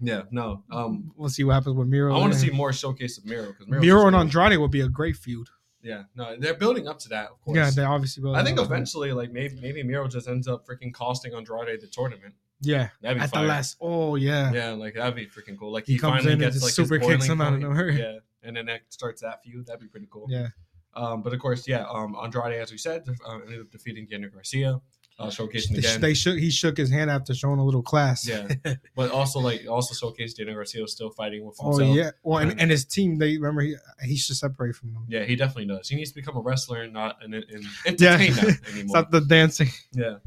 S2: yeah, no. Um,
S3: we'll see what happens with Miro.
S2: I want to
S3: and-
S2: see more showcase of Miro because
S3: Miro and Andrade would be a great feud.
S2: Yeah, no, they're building up to that, of course.
S3: Yeah, they obviously. will.
S2: I think eventually, like maybe maybe Miro just ends up freaking costing Andrade the tournament.
S3: Yeah,
S2: That'd be
S3: at
S2: fire.
S3: the last. Oh yeah.
S2: Yeah, like that'd be freaking cool. Like he,
S3: He comes
S2: finally
S3: in and
S2: gets
S3: just
S2: like
S3: super
S2: his
S3: kicks
S2: boiling
S3: him out of
S2: point.
S3: nowhere.
S2: Yeah, and then that starts that feud. That'd be pretty cool.
S3: Yeah.
S2: Um, but of course, yeah. Um, Andrade, as we said, uh, ended up defeating Daniel Garcia, uh, showcasing
S3: They,
S2: again.
S3: they shook. He shook his hand after showing a little class.
S2: yeah, but also like also showcased Daniel Garcia was still fighting with
S3: Oh
S2: himself.
S3: yeah. Well, and,
S2: Kinda.
S3: and his team. They remember he he should separate from them.
S2: Yeah, he definitely does. He needs to become a wrestler and not an, an
S3: Yeah.
S2: entertainer anymore.
S3: Stop the dancing.
S2: Yeah.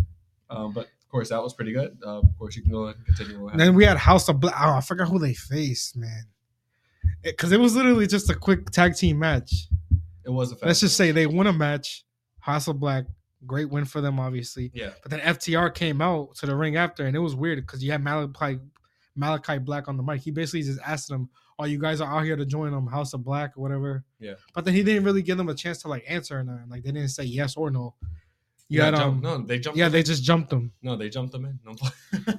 S2: Um, but of course, that was pretty good. Uh, of course, you can go ahead and continue. What
S3: And then we had House of Black. Oh, I forgot who they faced, man. Because it was literally just a quick tag team match.
S2: happened. it was a fact.
S3: Let's just say they won a match. House of Black, great win for them, obviously.
S2: yeah,
S3: But then FTR came out to the ring after, and it was weird because you had Malachi Malachi Black on the mic. He basically just asked them, "Oh, you guys are out here to join um House of Black or whatever."
S2: Yeah.
S3: But then he didn't really give them a chance to like answer or nothing. Like they didn't say yes or no. You
S2: Yeah,
S3: had um
S2: jump- no, they jumped.
S3: yeah they just jumped them.
S2: no, they jumped them in. No,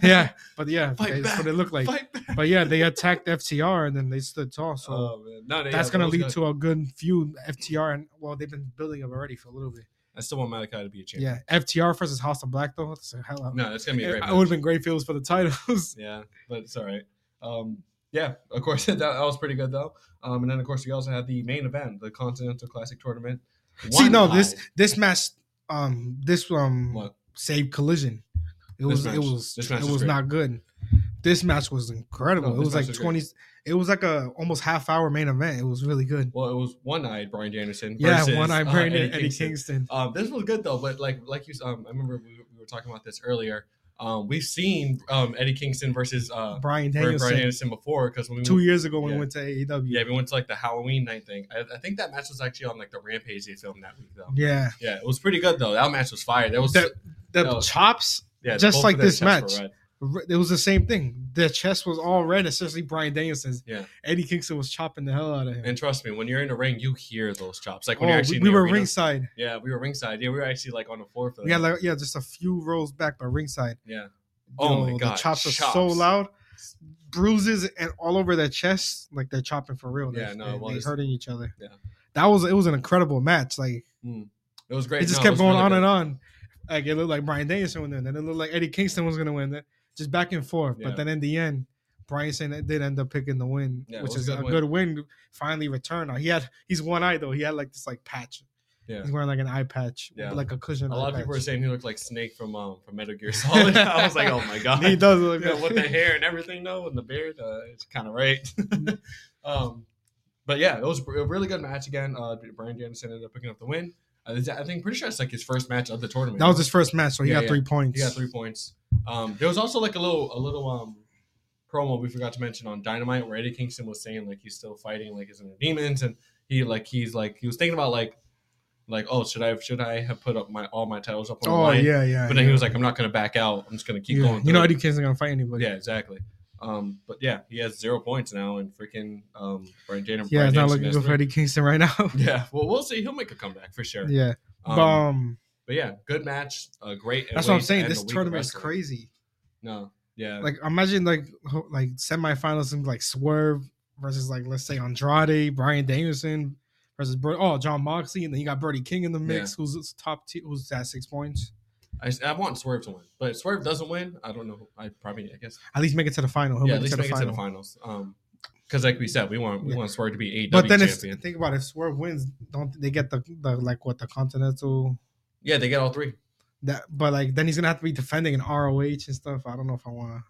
S3: Yeah. But yeah,
S2: Fight
S3: that's
S2: back.
S3: what it looked like.
S2: fight back.
S3: But yeah, they attacked FTR and then they stood tall. So.
S2: Oh, man. No, they-
S3: that's
S2: yeah,
S3: gonna
S2: that was
S3: lead
S2: good.
S3: to a good feud, FTR, and well, they've been building up already for a little bit.
S2: I still want Malachi to be a champion.
S3: Yeah, FTR versus House of Black though. That's a hell of
S2: No, that's gonna be a great.
S3: it
S2: match.
S3: would have been great feels for the titles.
S2: Yeah, but it's all right. Um, yeah, of course, that, that was pretty good though. Um, and then of course we also had the main event, the Continental Classic tournament.
S3: See,
S2: One
S3: no,
S2: eye.
S3: this this match, um, this um
S2: What?
S3: saved collision. It was
S2: match-
S3: it was
S2: this match
S3: it
S2: was
S3: was
S2: great.
S3: not good. This match was incredible.
S2: No,
S3: it
S2: this
S3: was
S2: match
S3: like
S2: was great.
S3: twenty. It was like a almost half hour main event. It was really good.
S2: Well, it was one-eyed Brian Danielson. versus,
S3: yeah, one eye
S2: uh,
S3: brain Eddie, Kingston.
S2: Um, this was good though, but like like you, um, I remember we, we were talking about this earlier. Um, we've seen um, Eddie Kingston versus uh,
S3: Brian
S2: Brian
S3: Danielson.
S2: Danielson before because when we
S3: Two
S2: went-
S3: years ago when
S2: yeah.
S3: we went to E AEW.
S2: yeah we went to like the Halloween night thing. I, I think that match was actually on like the Rampage they filmed that week though.
S3: Yeah.
S2: Yeah, it was pretty good though. That match was fire. That was
S3: That- The
S2: No.
S3: chops,
S2: yeah,
S3: just
S2: both
S3: like
S2: of their
S3: this
S2: chests were
S3: match.
S2: red.
S3: r- it was the same thing. The chest was all red, especially Brian Danielson's.
S2: Yeah.
S3: Eddie Kingston was chopping the hell out of him.
S2: And trust me, when you're in the ring, you hear those chops. Like
S3: oh,
S2: when you're actually
S3: we,
S2: in
S3: we
S2: the
S3: were
S2: arena.
S3: ringside.
S2: Yeah, we were ringside. Yeah, we were actually like on the floor for that.
S3: Yeah, like yeah, just a few rows back, but ringside.
S2: yeah.
S3: You
S2: Oh
S3: know,
S2: my god,
S3: the chops, are so loud, bruises and all over their chest, like they're chopping for real.
S2: Yeah,
S3: they,
S2: no,
S3: they-
S2: it
S3: they
S2: was.
S3: hurting each other.
S2: Yeah.
S3: that was it was an incredible match. Like
S2: It was great.
S3: it just
S2: No,
S3: kept
S2: was
S3: going
S2: really
S3: on
S2: good.
S3: and on. Like it looked like Brian Danielson would win, then it looked like Eddie Kingston was gonna win, then just back and forth.
S2: Yeah.
S3: But then in the end, Brian Danielson did end up picking the win,
S2: Yeah, it
S3: which
S2: was
S3: is
S2: a
S3: a
S2: good
S3: good,
S2: win.
S3: win. Finally, returned. He had he's one eye though. He had like this like patch.
S2: Yeah.
S3: He's wearing like an eye patch,
S2: Yeah.
S3: like a cushion.
S2: A
S3: eye
S2: lot of people were
S3: patch.
S2: saying he looked like Snake from um from Metal Gear Solid. I was like, oh my god,
S3: he does look
S2: Yeah,
S3: good.
S2: with the hair and everything though, and the beard, uh, it's kind of right.
S3: Mm-hmm.
S2: um, but yeah, it was a really good match again. Uh, Brian Danielson ended up picking up the win. Uh, this- I think pretty sure it's like his first match of the tournament.
S3: That was his first match, so he
S2: Yeah,
S3: got
S2: yeah.
S3: three points.
S2: He got three points. Um, there was also like a little a little um promo we forgot to mention on Dynamite where Eddie Kingston was saying like he's still fighting like his inner demons and he like he's like he was thinking about like like oh should I should I have put up my all my titles up on
S3: Oh
S2: the line?
S3: yeah, yeah.
S2: But then he was like I'm not gonna back out. I'm just gonna keep
S3: Yeah.
S2: going.
S3: You know,
S2: through it."
S3: Eddie Kingston gonna fight anybody.
S2: yeah, exactly. Um, but yeah, he has zero points now and freaking um Brian Daniel.
S3: yeah.
S2: Brian
S3: It's not
S2: Danielson
S3: looking
S2: has
S3: good for
S2: three.
S3: Eddie Kingston right now.
S2: Yeah, well, we'll see. He'll make a comeback for sure.
S3: yeah,
S2: Um,
S3: but um,
S2: but yeah, good match. Uh, great.
S3: that's what I'm saying. This tournament is crazy.
S2: No, yeah,
S3: Like, imagine like ho- like semifinals and like Swerve versus like let's say Andrade, Brian Danielson versus Bro- oh John Moxley, and then you got Brody King in the mix, who's, who's top t- who's at six points.
S2: I, I want Swerve to win, but if Swerve doesn't win. I don't know. who- I probably, I guess,
S3: At least make it to the final. He'll
S2: yeah, at
S3: make,
S2: least
S3: it to,
S2: make
S3: the
S2: it to
S3: final.
S2: the finals. Um, because like we said, we want we
S3: Yeah.
S2: want Swerve to be AEW
S3: But then if
S2: champion.
S3: think about it, if Swerve wins, don't they get the, the like what the Continental?
S2: yeah, they get all three.
S3: That but like then he's gonna have to be defending in ROH and stuff. I don't know if I want to.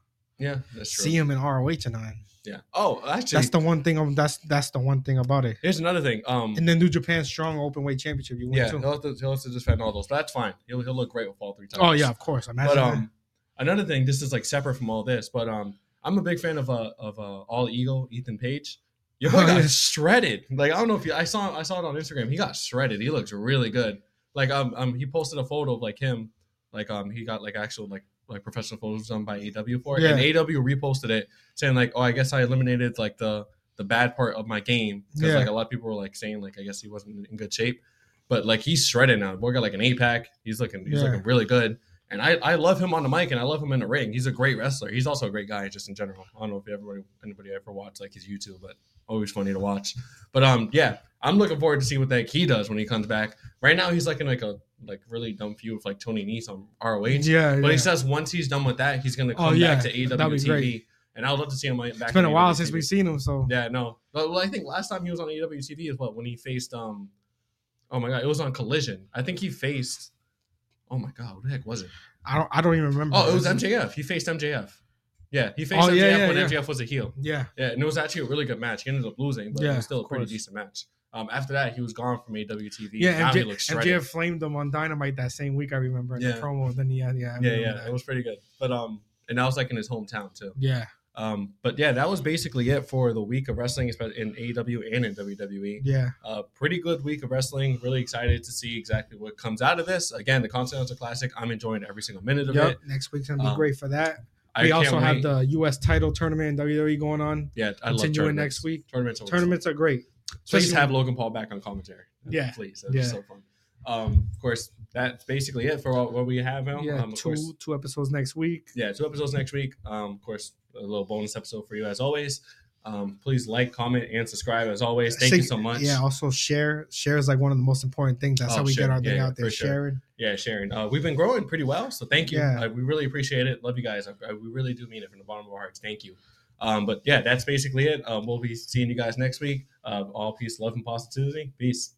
S2: Yeah, that's true.
S3: see him in ROH or not.
S2: Yeah. Oh, actually,
S3: That's the one thing. um, That's that's the one thing about it.
S2: here's another thing. Um,
S3: And then New Japan Strong Openweight Championship, you win
S2: yeah,
S3: too.
S2: he'll have, to, he'll have to defend all those, but that's fine. He'll he'll look great with all three titles.
S3: oh yeah, of course. Imagine
S2: but um, another thing, this is like separate from all this, but um, I'm a big fan of uh of uh All Eagle Ethan Page. Your boy
S3: Oh,
S2: got
S3: yeah.
S2: shredded. Like I don't know if you, I saw I saw it on Instagram. He got shredded. He looks really good. Like um um he posted a photo of like him, like um he got like actual like like professional photos done by AW for it,
S3: Yeah.
S2: and AW reposted it saying like oh I guess I eliminated like the the bad part of my game because
S3: Yeah.
S2: like a lot of people were like saying like I guess he wasn't in good shape, but like he's shredded now. Boy got like an eight pack. He's looking he's
S3: Yeah.
S2: looking really good. And I, I love him on the mic and I love him in the ring. He's a great wrestler. He's also a great guy just in general. I don't know if everybody anybody ever watched like his YouTube, but always funny to watch. But um yeah, I'm looking forward to see what that key does when he comes back. Right now he's like in like a like really dumb feud with like Tony Nese on ROH.
S3: that. yeah,
S2: But
S3: yeah.
S2: he says once he's done with that, he's gonna
S3: Oh,
S2: come
S3: yeah.
S2: back to
S3: That'd
S2: AEW
S3: be
S2: TV.
S3: great.
S2: And I would love to see him like, back.
S3: it's been
S2: on
S3: a while
S2: AEW
S3: since
S2: TV.
S3: we've seen him. So
S2: Yeah, no. Well, well, I think last time he was on E AEW TV is what when he faced um, oh my god, it was on Collision. I think he faced, oh my god, what the heck was it?
S3: I don't I don't even remember.
S2: Oh, it was MJF. He faced MJF. Yeah, he faced
S3: Oh,
S2: MJF
S3: yeah, yeah,
S2: when
S3: yeah.
S2: MJF was a heel.
S3: Yeah,
S2: Yeah, and it was actually a really good match. He ended up losing, but it
S3: Yeah,
S2: was still a
S3: of
S2: pretty
S3: course.
S2: decent match. Um, after that, he was gone from E AWTV.
S3: yeah.
S2: now he
S3: MJ,
S2: looks shredded.
S3: MJF flamed him on Dynamite that same week. I remember in
S2: Yeah.
S3: the promo. Then yeah, yeah, I
S2: yeah,
S3: remember
S2: yeah,
S3: that.
S2: it was pretty good. But um, and that was like in his hometown too.
S3: yeah,
S2: Um, but yeah, that was basically it for the week of wrestling, especially in AEW and in E. WWE.
S3: yeah.
S2: a pretty good week of wrestling. Really excited to see exactly what comes out of this. Again, the Continental Classic, I'm enjoying every single minute of
S3: Yep.
S2: it.
S3: Next week's gonna be
S2: Um,
S3: great for that.
S2: I
S3: We
S2: can't
S3: also have
S2: wait.
S3: the U.S. title tournament in WWE going on.
S2: yeah, I love
S3: continuing
S2: tournaments.
S3: next week.
S2: Tournaments, are always
S3: Tournaments are great.
S2: fun. Please
S3: especially-
S2: have Logan Paul back on commentary.
S3: Yeah.
S2: please. That'd be
S3: Yeah.
S2: so fun. Um, of course, that's basically it for what what we have now.
S3: Yeah,
S2: um, of
S3: two
S2: course,
S3: two episodes next week.
S2: yeah, two episodes next week. Um, of course, a little bonus episode for you as always. Um, please like, comment, and subscribe as always. Thank you
S3: Sig-
S2: so much.
S3: Yeah, also share. Share is like one of the most important things. That's
S2: Oh,
S3: how we
S2: share.
S3: get our
S2: Yeah,
S3: thing
S2: yeah,
S3: out there.
S2: for sure.
S3: Sharing.
S2: yeah, Sharon. Uh, we've been growing pretty well, so thank you.
S3: Yeah.
S2: Uh, we really appreciate it. Love you guys. I, I- we really do mean it from the bottom of our hearts. Thank you. Um, but yeah, that's basically it. Um, we'll be seeing you guys next week. Uh, all peace, love, and positivity. Peace.